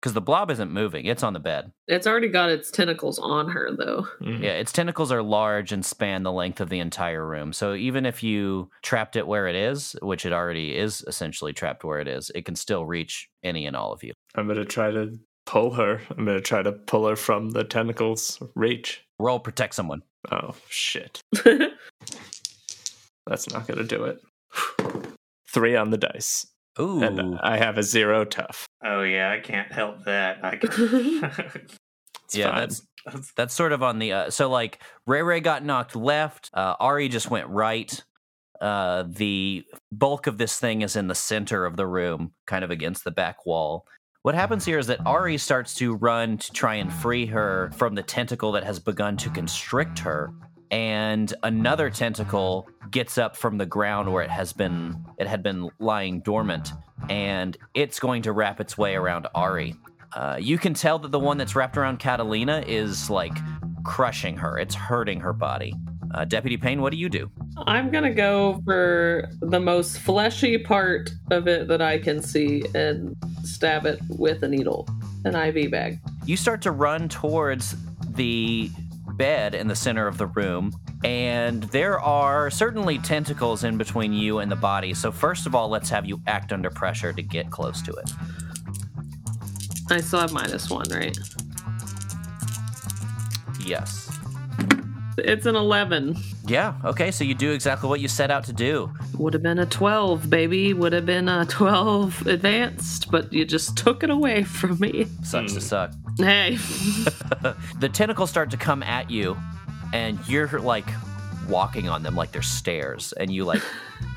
[SPEAKER 1] Because the blob isn't moving, it's on the bed.
[SPEAKER 5] It's already got its tentacles on her, though.
[SPEAKER 3] Mhm.
[SPEAKER 1] Yeah, its tentacles are large and span the length of the entire room. So even if you trapped it where it is, which it already is essentially trapped where it is, it can still reach any and all of you.
[SPEAKER 3] I'm going to try to pull her. I'm going to try to pull her from the tentacles' reach.
[SPEAKER 1] Roll protect someone.
[SPEAKER 3] Oh, shit. That's not going to do it. Three on the dice.
[SPEAKER 1] Ooh.
[SPEAKER 3] And I have a zero tough.
[SPEAKER 4] Oh yeah, I can't help that. I can.
[SPEAKER 3] It's
[SPEAKER 1] yeah,
[SPEAKER 3] fine.
[SPEAKER 1] that's That's sort of on the uh, so like Ray Ray got knocked left, uh, Ari just went right. Uh, the bulk of this thing is in the center of the room, kind of against the back wall. What happens here is that Ari starts to run to try and free her from the tentacle that has begun to constrict her, and another tentacle gets up from the ground where it has been it had been lying dormant, and it's going to wrap its way around Ari. Uh, you can tell that the one that's wrapped around Catalina is like crushing her. It's hurting her body. Uh, Deputy Payne, what do you do?
[SPEAKER 5] I'm gonna go for the most fleshy part of it that I can see and stab it with a needle, an IV bag.
[SPEAKER 1] You start to run towards the bed in the center of the room, and there are certainly tentacles in between you and the body. So, first of all, let's have you act under pressure to get close to it.
[SPEAKER 5] I still have minus one, right?
[SPEAKER 1] Yes.
[SPEAKER 5] It's an eleven.
[SPEAKER 1] Yeah, okay, so you do exactly what you set out to do.
[SPEAKER 5] Would have been a 12, baby. Would have been a 12 advanced, but you just took it away from me.
[SPEAKER 1] Sucks to suck.
[SPEAKER 5] Hey.
[SPEAKER 1] the tentacles start to come at you and you're like walking on them like they're stairs and you like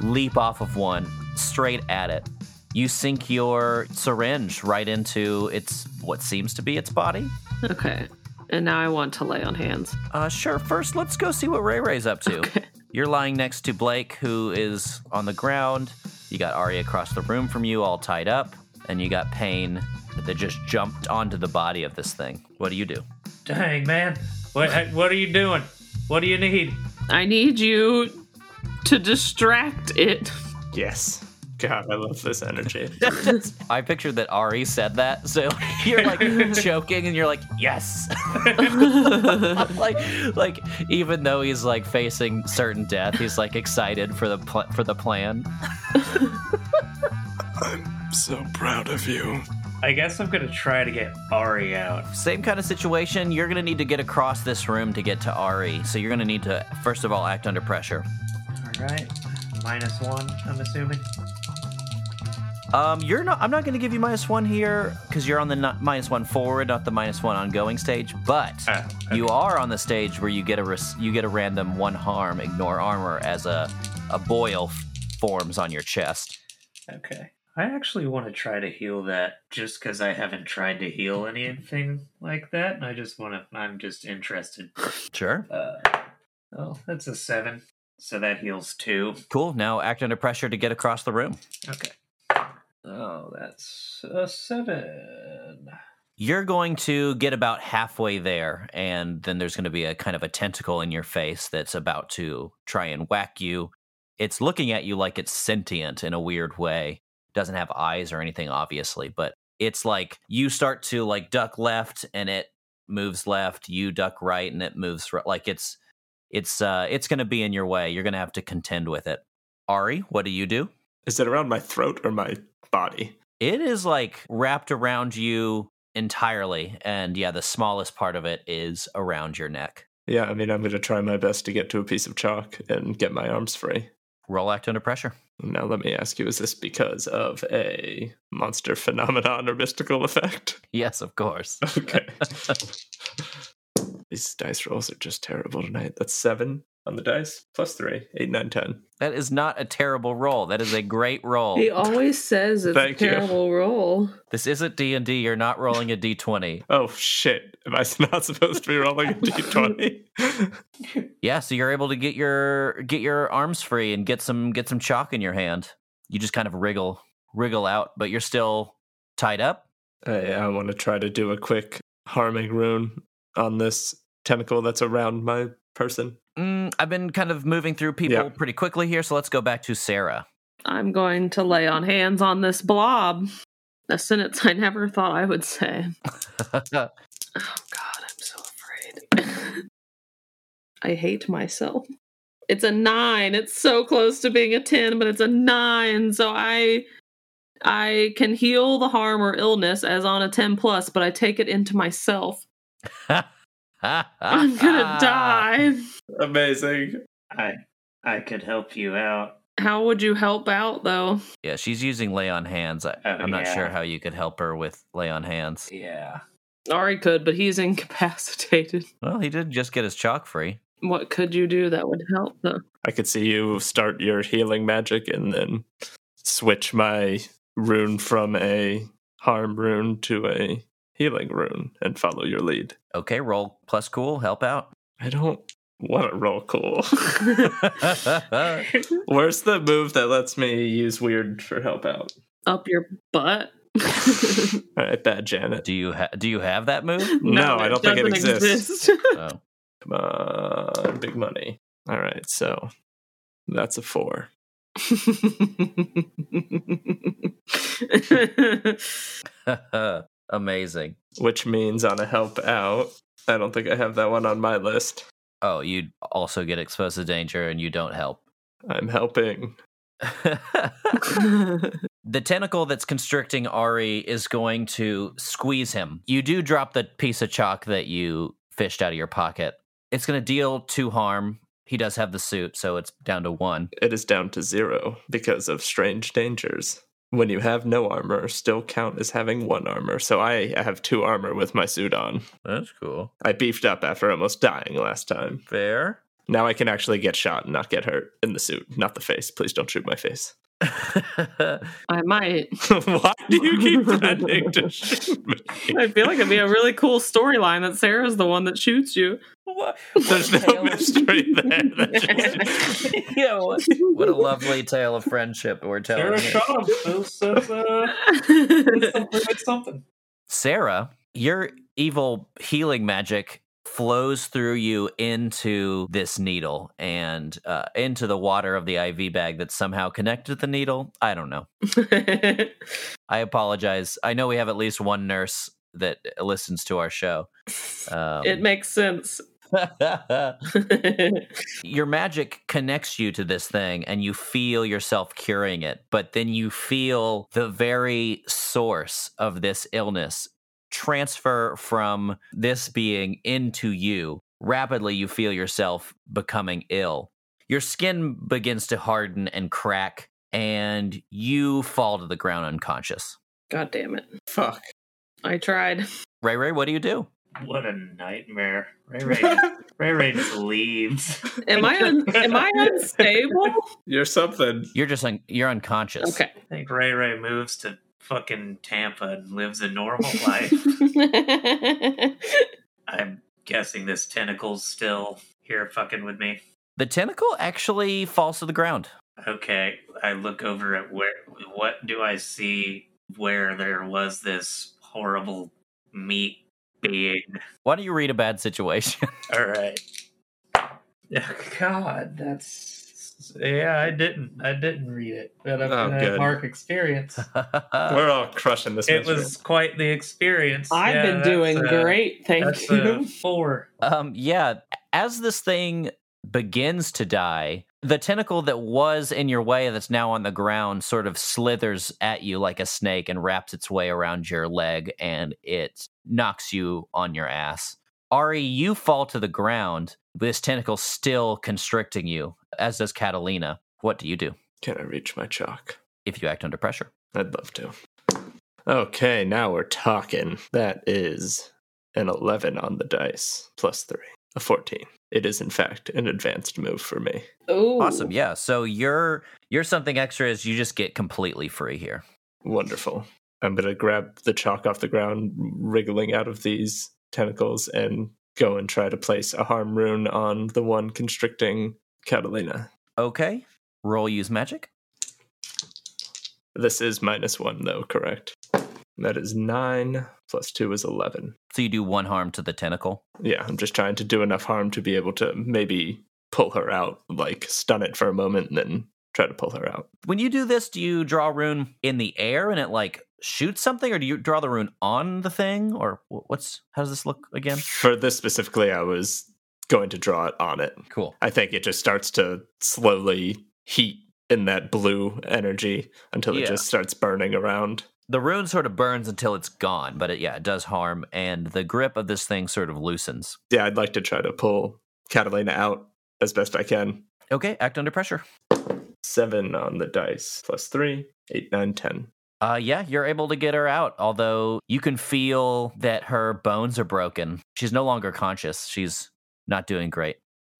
[SPEAKER 1] leap off of one straight at it you sink your syringe right into its what seems to be its body
[SPEAKER 5] Okay. And now I want to lay on hands.
[SPEAKER 1] uh sure first let's go see what ray ray's up to
[SPEAKER 5] Okay.
[SPEAKER 1] you're lying next to blake who is on the ground you got Arya across the room from you all tied up and you got Payne that just jumped onto the body of this thing what do you do
[SPEAKER 4] Dang man, what what are you doing? What do you need?
[SPEAKER 5] I need you to distract it.
[SPEAKER 3] Yes. God, I love this energy.
[SPEAKER 1] I pictured that Ari said that, so you're like choking and you're like, yes. like, like even though he's like facing certain death, he's like excited for the pl- for the plan.
[SPEAKER 9] So proud of you.
[SPEAKER 4] I guess I'm gonna try to get Ari out.
[SPEAKER 1] Same kind of situation. You're gonna need to get across this room to get to Ari, so you're gonna need to first of all act under pressure.
[SPEAKER 4] All right, minus one. I'm assuming.
[SPEAKER 1] Um, you're not. I'm not gonna give you minus one here because you're on the ni- minus one forward, not the minus one ongoing stage. But
[SPEAKER 4] Ah,
[SPEAKER 1] you are on the stage where you get a res- you get a random one harm, ignore armor as a a boil f- forms on your chest.
[SPEAKER 4] Okay. I actually want to try to heal that just because I haven't tried to heal anything like that. And I just want to, I'm just interested.
[SPEAKER 1] Sure.
[SPEAKER 4] Uh, oh, that's a seven. So that heals two.
[SPEAKER 1] Cool. Now act under pressure to get across the room.
[SPEAKER 4] Okay. Oh, that's a seven.
[SPEAKER 1] You're going to get about halfway there, and then there's going to be a kind of a tentacle in your face that's about to try and whack you. It's looking at you like it's sentient in a weird way. Doesn't have eyes or anything, obviously, but it's like you start to like duck left and it moves left. You duck right and it moves right. Like it's it's uh it's going to be in your way. You're going to have to contend with it. Ari, what do you do?
[SPEAKER 3] Is it around my throat or my body?
[SPEAKER 1] It is like wrapped around you entirely. And yeah, the smallest part of it is around your neck.
[SPEAKER 3] Yeah, I mean, I'm going to try my best to get to a piece of chalk and get my arms free.
[SPEAKER 1] Roll act under pressure.
[SPEAKER 3] Now, let me ask you is this because of a monster phenomenon or mystical effect?
[SPEAKER 1] Yes, of course.
[SPEAKER 3] Okay. These dice rolls are just terrible tonight. That's seven on the dice, plus three, eight, nine, ten.
[SPEAKER 1] That is not a terrible roll. That is a great roll.
[SPEAKER 5] uh
[SPEAKER 10] He always says it's a
[SPEAKER 3] Oh. Thank you.
[SPEAKER 10] terrible roll.
[SPEAKER 1] This isn't D and D. You're not rolling a D twenty.
[SPEAKER 3] Oh, shit. Am I not supposed to be rolling a d20?
[SPEAKER 1] Yeah, so you're able to get your get your arms free and get some get some chalk in your hand. You just kind of wriggle wriggle out, but you're still tied up.
[SPEAKER 3] I, I want to try to do a quick harming rune on this tentacle that's around my person.
[SPEAKER 1] Mm, I've been kind of moving through people
[SPEAKER 3] Yeah.
[SPEAKER 1] pretty quickly here, so let's go back to Sarah.
[SPEAKER 10] I'm going to lay on hands on this blob. A sentence I never thought I would say. Oh God, I'm so afraid. I hate myself. It's a nine. It's so close to being a ten, but it's a nine. So I, I can heal the harm or illness as on a ten plus, but I take it into myself. I'm
[SPEAKER 1] I'm
[SPEAKER 10] gonna die.
[SPEAKER 3] Amazing.
[SPEAKER 4] I I could help you out.
[SPEAKER 10] How would you help out though?
[SPEAKER 1] Yeah, she's using lay on hands. I,
[SPEAKER 4] Oh,
[SPEAKER 1] I'm not
[SPEAKER 4] yeah.
[SPEAKER 1] sure how you could help her with lay on hands.
[SPEAKER 4] Yeah.
[SPEAKER 10] Ari could, but he's incapacitated.
[SPEAKER 1] Well, he did just get his chalk free.
[SPEAKER 10] What could you do that would help though?
[SPEAKER 3] I could see you start your healing magic and then switch my rune from a harm rune to a healing rune and follow your lead.
[SPEAKER 1] Okay, roll plus cool, help out.
[SPEAKER 3] I don't want to roll cool.
[SPEAKER 1] That's
[SPEAKER 3] Where's the move that lets me use weird for help out?
[SPEAKER 10] Up your butt.
[SPEAKER 3] All right, bad Janet.
[SPEAKER 1] Do you ha- do you have that move?
[SPEAKER 3] No, I
[SPEAKER 10] it
[SPEAKER 3] don't think it
[SPEAKER 10] doesn't
[SPEAKER 3] exists.
[SPEAKER 10] exist.
[SPEAKER 1] Oh.
[SPEAKER 3] Come on, big money. All right, so that's a four.
[SPEAKER 1] Oh. Amazing.
[SPEAKER 3] which means on a help out. I don't think I have that one on my list.
[SPEAKER 1] Oh, you also get exposed to danger and you don't help.
[SPEAKER 3] I'm helping.
[SPEAKER 1] the tentacle that's constricting Ari is going to squeeze him. You do drop the piece of chalk that you fished out of your pocket. It's going to deal two harm. He does have the suit, so it's down to one.
[SPEAKER 3] It is down to zero because of strange dangers. When you have no armor, still count as having one armor. So I have two armor with my suit on.
[SPEAKER 1] That's cool.
[SPEAKER 3] I beefed up after almost dying last time.
[SPEAKER 1] Fair.
[SPEAKER 3] Now I can actually get shot and not get hurt in the suit, not the face. Please don't shoot my face.
[SPEAKER 10] I might.
[SPEAKER 3] Why do you keep threatening to shoot me?
[SPEAKER 10] I feel like it'd be a really cool storyline that Sarah's the one that shoots you.
[SPEAKER 3] There's no mystery there. That's just-
[SPEAKER 1] yeah, what, what a lovely tale of friendship we're telling.
[SPEAKER 4] Sarah
[SPEAKER 1] here.
[SPEAKER 4] shot him. That's, that's, uh, that's something. That's something.
[SPEAKER 1] Sarah, your evil healing magic flows through you into this needle and uh, into the water of the IV bag that's somehow connected to the needle. I don't know. I apologize. I know we have at least one nurse that listens to our show. Um,
[SPEAKER 10] it makes sense.
[SPEAKER 1] your magic connects you to this thing and you feel yourself curing it, but then you feel the very source of this illness transfer from this being into you. Rapidly, you feel yourself becoming ill. Your skin begins to harden and crack, and you fall to the ground unconscious.
[SPEAKER 10] God damn it.
[SPEAKER 3] Fuck.
[SPEAKER 10] I tried.
[SPEAKER 1] Ray Ray, what do you do?
[SPEAKER 4] What a nightmare. Ray Ray Ray Ray just leaves.
[SPEAKER 5] Am I un- am I unstable?
[SPEAKER 3] You're something.
[SPEAKER 1] You're just un- you're unconscious.
[SPEAKER 5] Okay.
[SPEAKER 4] I think Ray Ray moves to fucking Tampa and lives a normal life. I'm guessing this tentacle's still here fucking with me.
[SPEAKER 1] The tentacle actually falls to the ground.
[SPEAKER 4] Okay, I look over at where what do I see where there was this horrible meat being.
[SPEAKER 1] Why don't you read a bad situation?
[SPEAKER 4] All right. God, that's yeah. I didn't. I didn't read it, but I'm
[SPEAKER 3] Oh,
[SPEAKER 4] gonna
[SPEAKER 3] good.
[SPEAKER 4] mark experience.
[SPEAKER 3] We're all crushing this.
[SPEAKER 4] Uh, it
[SPEAKER 3] misery.
[SPEAKER 4] was quite the experience.
[SPEAKER 10] I've
[SPEAKER 4] Yeah,
[SPEAKER 10] been
[SPEAKER 4] that's
[SPEAKER 10] doing
[SPEAKER 4] a-
[SPEAKER 10] great, thank
[SPEAKER 4] That's
[SPEAKER 10] you.
[SPEAKER 4] a four.
[SPEAKER 1] um, yeah, as this thing begins to die, the tentacle that was in your way that's now on the ground sort of slithers at you like a snake and wraps its way around your leg and it knocks you on your ass. Ari, you fall to the ground, this tentacle still constricting you, as does Catalina. What do you do
[SPEAKER 7] Can I reach my chalk?
[SPEAKER 1] if you act under pressure?
[SPEAKER 3] I'd love to. Okay, now we're talking. That is an 11 on the dice, plus 3, a 14. It is, in fact, an advanced move for me.
[SPEAKER 5] Ooh.
[SPEAKER 1] Awesome. Yeah. So you're you're something extra is you just get completely free here.
[SPEAKER 3] Wonderful. I'm going to grab the chalk off the ground, wriggling out of these tentacles, and go and try to place a harm rune on the one constricting Catalina.
[SPEAKER 1] Okay. Roll use magic.
[SPEAKER 3] This is minus 1, though, correct? That is 9, plus 2 is 11.
[SPEAKER 1] So you do one harm to the tentacle.
[SPEAKER 3] yeah, I'm just trying to do enough harm to be able to maybe pull her out, like stun it for a moment, and then try to pull her out.
[SPEAKER 1] When you do this, do you draw a rune in the air and it like shoots something, or do you draw the rune on the thing, or wh- what's how does this look again?
[SPEAKER 3] For this specifically, I was going to draw it on it.
[SPEAKER 1] Cool.
[SPEAKER 3] I think it just starts to slowly heat in that blue energy until it
[SPEAKER 1] Yeah.
[SPEAKER 3] just starts burning around.
[SPEAKER 1] The rune sort of burns until it's gone, but it, yeah, it does harm, and the grip of this thing sort of loosens.
[SPEAKER 3] Yeah, I'd like to try to pull Catalina out as best I can.
[SPEAKER 1] Okay, act under pressure.
[SPEAKER 3] Seven on the dice, plus three, eight, nine, ten.
[SPEAKER 1] Uh, yeah, you're able to get her out, although you can feel that her bones are broken. She's no longer conscious. She's not doing great.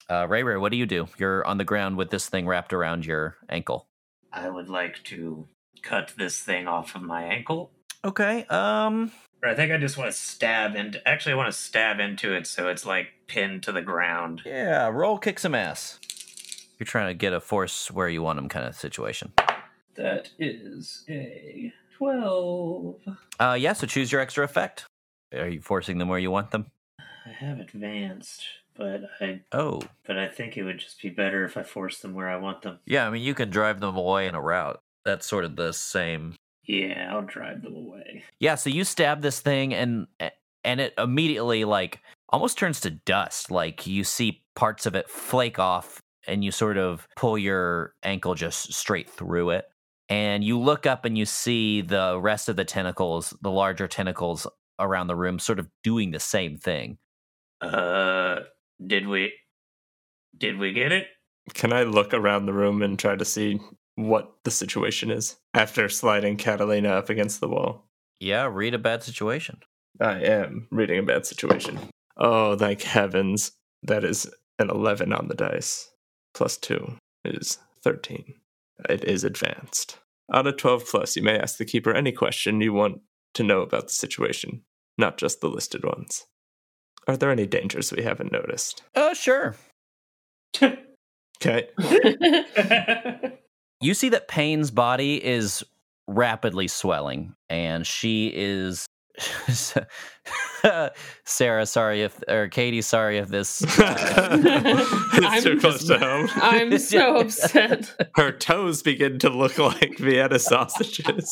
[SPEAKER 1] Uh, Ray Ray, what do you do? You're on the ground with this thing wrapped around your ankle.
[SPEAKER 4] I would like to cut this thing off of my ankle.
[SPEAKER 1] Okay. Um.
[SPEAKER 4] Or I think I just want to stab into. Actually, I want to stab into it so it's like pinned to the ground.
[SPEAKER 1] Yeah. Roll, kick some ass. You're trying to get a force where you want them kind of situation.
[SPEAKER 4] That is a twelve.
[SPEAKER 1] Uh, yeah. So choose your extra effect. Are you forcing them where you want them?
[SPEAKER 4] I have advanced, but I
[SPEAKER 1] Oh,
[SPEAKER 4] but I think it would just be better if I forced them where I want them.
[SPEAKER 1] yeah. I mean, you can drive them away in a route. That's sort of the same
[SPEAKER 4] Yeah, I'll drive them away.
[SPEAKER 1] Yeah, so you stab this thing and and it immediately like almost turns to dust. Like you see parts of it flake off and you sort of pull your ankle just straight through it. And you look up and you see the rest of the tentacles, the larger tentacles around the room sort of doing the same thing.
[SPEAKER 4] Uh, did we? Did we get it?
[SPEAKER 3] Can I look around the room and try to see what the situation is after sliding Catalina up against the wall?
[SPEAKER 1] Yeah, read a bad situation.
[SPEAKER 3] I am reading a bad situation. Oh, thank heavens. That is an 11 on the dice. Plus 2 is 13. It is advanced. Out of 12 plus, you may ask the keeper any question you want to know about the situation, not just the listed ones. Are there any dangers we haven't noticed?
[SPEAKER 1] Oh, sure.
[SPEAKER 3] Okay.
[SPEAKER 1] You see that Payne's body is rapidly swelling, and she is. Sarah, sorry if or Katie, sorry if this.
[SPEAKER 3] it's too
[SPEAKER 10] I'm
[SPEAKER 3] close to home.
[SPEAKER 10] I'm so upset.
[SPEAKER 3] Her toes begin to look like Vienna sausages.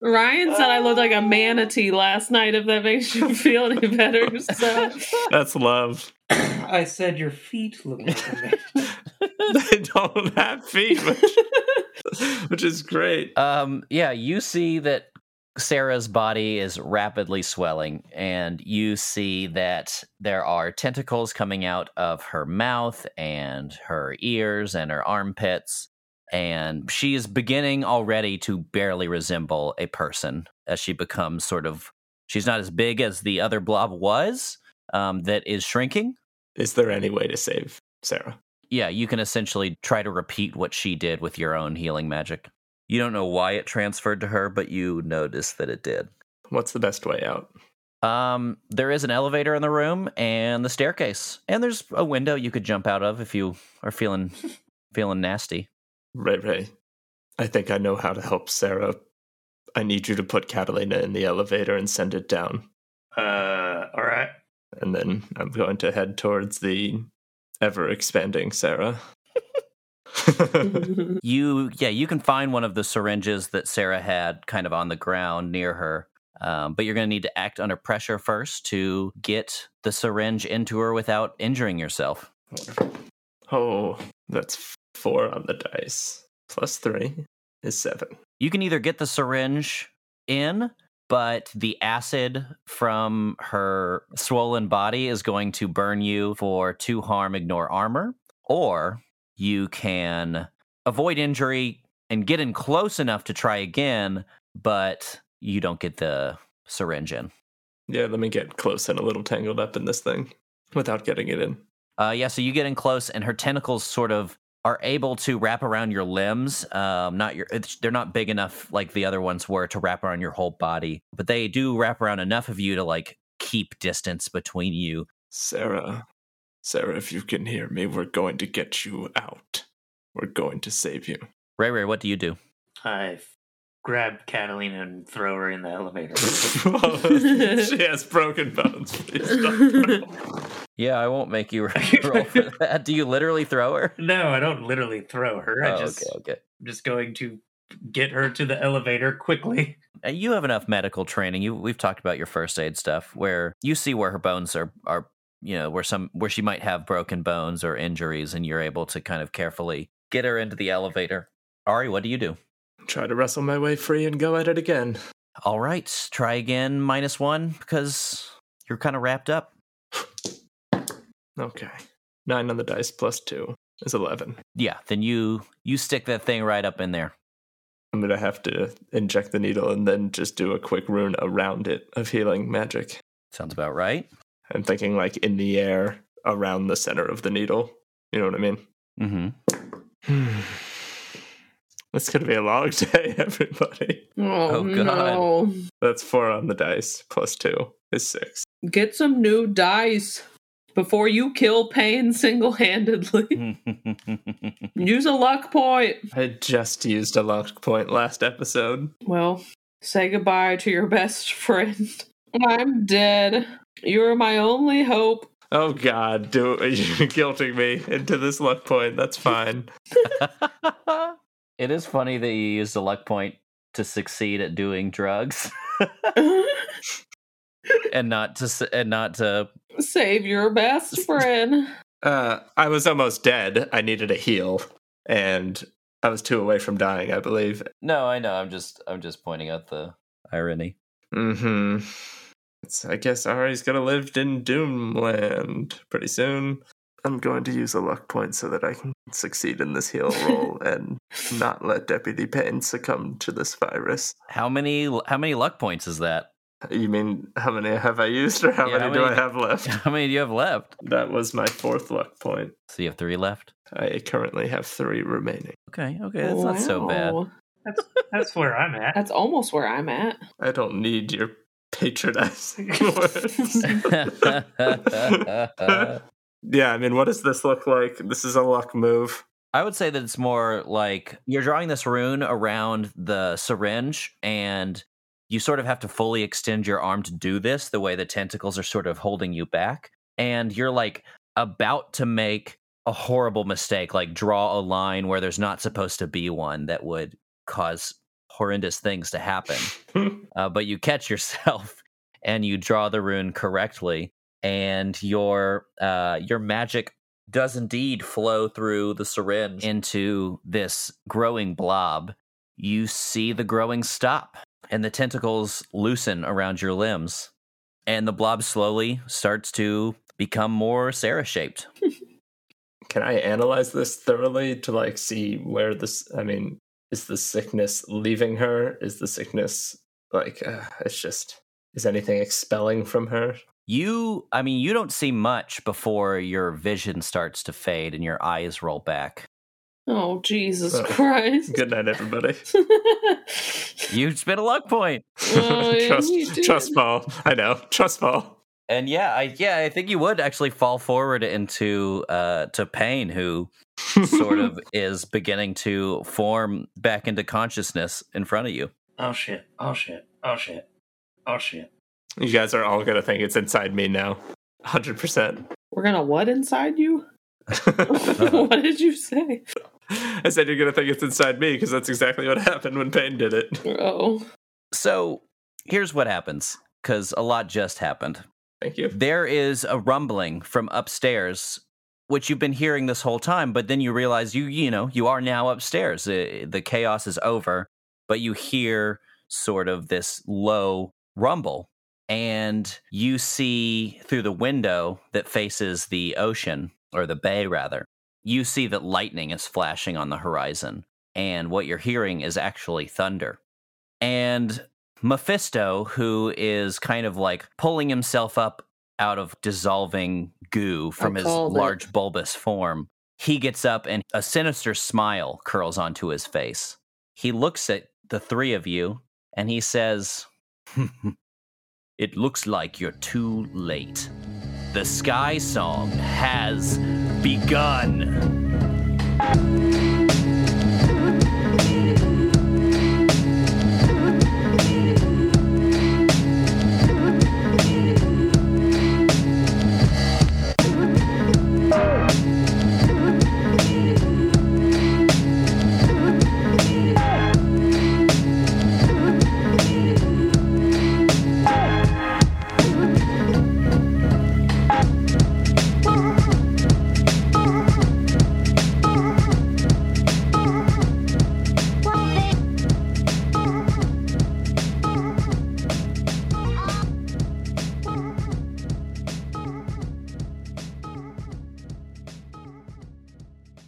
[SPEAKER 10] Ryan said I looked like a manatee last night. If that makes you feel any better, so
[SPEAKER 3] That's love.
[SPEAKER 4] I said your feet look like
[SPEAKER 3] They don't have feet, which, which is great.
[SPEAKER 1] um, yeah, you see that Sarah's body is rapidly swelling, and you see that there are tentacles coming out of her mouth and her ears and her armpits. And she is beginning already to barely resemble a person as she becomes sort of. She's not as big as the other blob was, um, that is shrinking.
[SPEAKER 3] Is there any way to save Sarah?
[SPEAKER 1] Yeah, you can essentially try to repeat what she did with your own healing magic. You don't know why it transferred to her, but you notice that it did.
[SPEAKER 3] What's the best way out?
[SPEAKER 1] Um, there is an elevator in the room and the staircase, and there's a window you could jump out of if you are feeling feeling nasty.
[SPEAKER 3] Ray Ray, I think I know how to help Sarah. I need you to put Catalina in the elevator and send it down.
[SPEAKER 4] Uh, all right.
[SPEAKER 3] And then I'm going to head towards the ever expanding Sarah.
[SPEAKER 5] Mm-hmm.
[SPEAKER 1] you yeah you can find one of the syringes that sarah had kind of on the ground near her um, but you're going to need to act under pressure first to get the syringe into her without injuring yourself
[SPEAKER 3] oh that's four on the dice plus three is seven
[SPEAKER 1] you can either get the syringe in but the acid from her swollen body is going to burn you for two harm ignore armor or you can avoid injury and get in close enough to try again, but you don't get the syringe in.
[SPEAKER 3] Yeah, let me get close and a little tangled up in this thing without getting it in.
[SPEAKER 1] Uh, yeah, so you get in close, and her tentacles sort of are able to wrap around your limbs. Um, not your, they're not big enough like the other ones were to wrap around your whole body, but they do wrap around enough of you to like keep distance between you.
[SPEAKER 7] Sarah, Sarah, if you can hear me, we're going to get you out. We're going to save you.
[SPEAKER 1] Ray Ray, what do you do?
[SPEAKER 4] I grab Catalina and throw her in the elevator.
[SPEAKER 3] she has broken bones.
[SPEAKER 1] yeah, I won't make you roll for that. Do you literally throw her?
[SPEAKER 4] No, I don't literally throw her. I
[SPEAKER 1] Oh,
[SPEAKER 4] just,
[SPEAKER 1] okay, okay.
[SPEAKER 4] I'm just going to get her to the elevator quickly.
[SPEAKER 1] Uh, You have enough medical training. You we've talked about your first aid stuff where you see where her bones are are you know, where some where she might have broken bones or injuries and you're able to kind of carefully get her into the elevator. Ari, what do you do?
[SPEAKER 3] Try to wrestle my way free and go at it again.
[SPEAKER 1] All right, try again minus 1 because you're kind of wrapped up.
[SPEAKER 3] Okay. Nine on the dice plus two is 11.
[SPEAKER 1] Yeah, then you you stick that thing right up in there.
[SPEAKER 3] I'm going to have to inject the needle and then just do a quick rune around it of healing magic.
[SPEAKER 1] Sounds about right.
[SPEAKER 3] I'm thinking like in the air around the center of the needle. You know what I mean?
[SPEAKER 1] Mhm.
[SPEAKER 3] That's going to be a long day, everybody.
[SPEAKER 10] Oh,
[SPEAKER 1] God.
[SPEAKER 10] no.
[SPEAKER 3] That's four on the dice plus two is six.
[SPEAKER 10] Get some new dice before you kill Pain single handedly. Use a luck point.
[SPEAKER 3] I just used a luck point last episode.
[SPEAKER 10] Well, say goodbye to your best friend. I'm dead. You're my only hope.
[SPEAKER 3] Oh God, do you're guilting me into this luck point? That's fine.
[SPEAKER 1] it is funny that you used a luck point to succeed at doing drugs and not to s- and not to
[SPEAKER 10] Save your best friend.
[SPEAKER 3] Uh, I was almost dead. I needed a heal, and I was two away from dying, I believe.
[SPEAKER 1] No, I know. I'm just I'm just pointing out the irony.
[SPEAKER 3] Mm-hmm. It's, I guess Ari's gonna live in Doomland pretty soon. I'm going to use a luck point so that I can succeed in this heal roll and not let Deputy Payne succumb to this virus.
[SPEAKER 1] How many how many luck points is that?
[SPEAKER 3] You mean how many have I used, or how
[SPEAKER 1] Yeah,
[SPEAKER 3] many
[SPEAKER 1] how
[SPEAKER 3] do I
[SPEAKER 1] many-
[SPEAKER 3] have left?
[SPEAKER 1] How many do you have left?
[SPEAKER 3] That was my fourth luck point.
[SPEAKER 1] So you have 3 left.
[SPEAKER 3] I currently have three remaining.
[SPEAKER 1] Okay, okay. That's not so bad.
[SPEAKER 10] Wow.
[SPEAKER 4] That's where I'm at.
[SPEAKER 10] That's almost where I'm at.
[SPEAKER 3] I don't need your patronizing words. yeah, I mean, what does this look like? This is a luck move.
[SPEAKER 1] I would say that it's more like you're drawing this rune around the syringe and you sort of have to fully extend your arm to do this the way the tentacles are sort of holding you back and you're like about to make a horrible mistake like draw a line where there's not supposed to be one that would cause horrendous things to happen uh, but you catch yourself and you draw the rune correctly and your uh, your magic does indeed flow through the syringe into this growing blob you see the growing stop and the tentacles loosen around your limbs and the blob slowly starts to become more sarah shaped
[SPEAKER 3] Can I analyze this thoroughly to like see where this? I mean, is the sickness leaving her? Is the sickness like uh, it's just Is anything expelling from her?
[SPEAKER 1] You, I mean, you don't see much before your vision starts to fade and your eyes roll back.
[SPEAKER 10] Oh, Jesus Christ.
[SPEAKER 3] Good night, everybody.
[SPEAKER 1] You spent a luck point.
[SPEAKER 10] Oh, yeah,
[SPEAKER 3] trust,
[SPEAKER 10] you did.
[SPEAKER 3] trust fall. I know. Trust fall.
[SPEAKER 1] And yeah, I yeah, I think you would actually fall forward into uh to pain who sort of is beginning to form back into consciousness in front of you.
[SPEAKER 4] Oh shit. Oh shit. Oh shit. Oh shit.
[SPEAKER 3] You guys are all gonna think it's inside me now. Hundred percent.
[SPEAKER 10] We're gonna what inside you?
[SPEAKER 1] Uh-huh.
[SPEAKER 10] what did you say?
[SPEAKER 3] I said you're gonna think it's inside me because that's exactly what happened when Payne did it.
[SPEAKER 10] Oh.
[SPEAKER 1] So here's what happens, because a lot just happened.
[SPEAKER 3] Thank you.
[SPEAKER 1] There is a rumbling from upstairs, which you've been hearing this whole time, but then you realize you, you know, you are now upstairs. Uh, the chaos is over, but you hear sort of this low rumble. And you see through the window that faces the ocean, or the bay rather, you see that lightning is flashing on the horizon. And what you're hearing is actually thunder. And Mephisto, who is kind of like pulling himself up out of dissolving goo from his
[SPEAKER 10] called it.
[SPEAKER 1] large bulbous form, he gets up and a sinister smile curls onto his face. He looks at the three of you and he says, It looks like you're too late. The Sky Song has begun.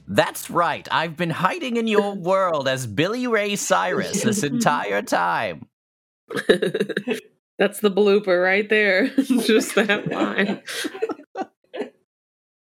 [SPEAKER 1] That's right. I've been hiding in your world as Billy Ray Cyrus this entire time.
[SPEAKER 10] That's the blooper right there. Just that line.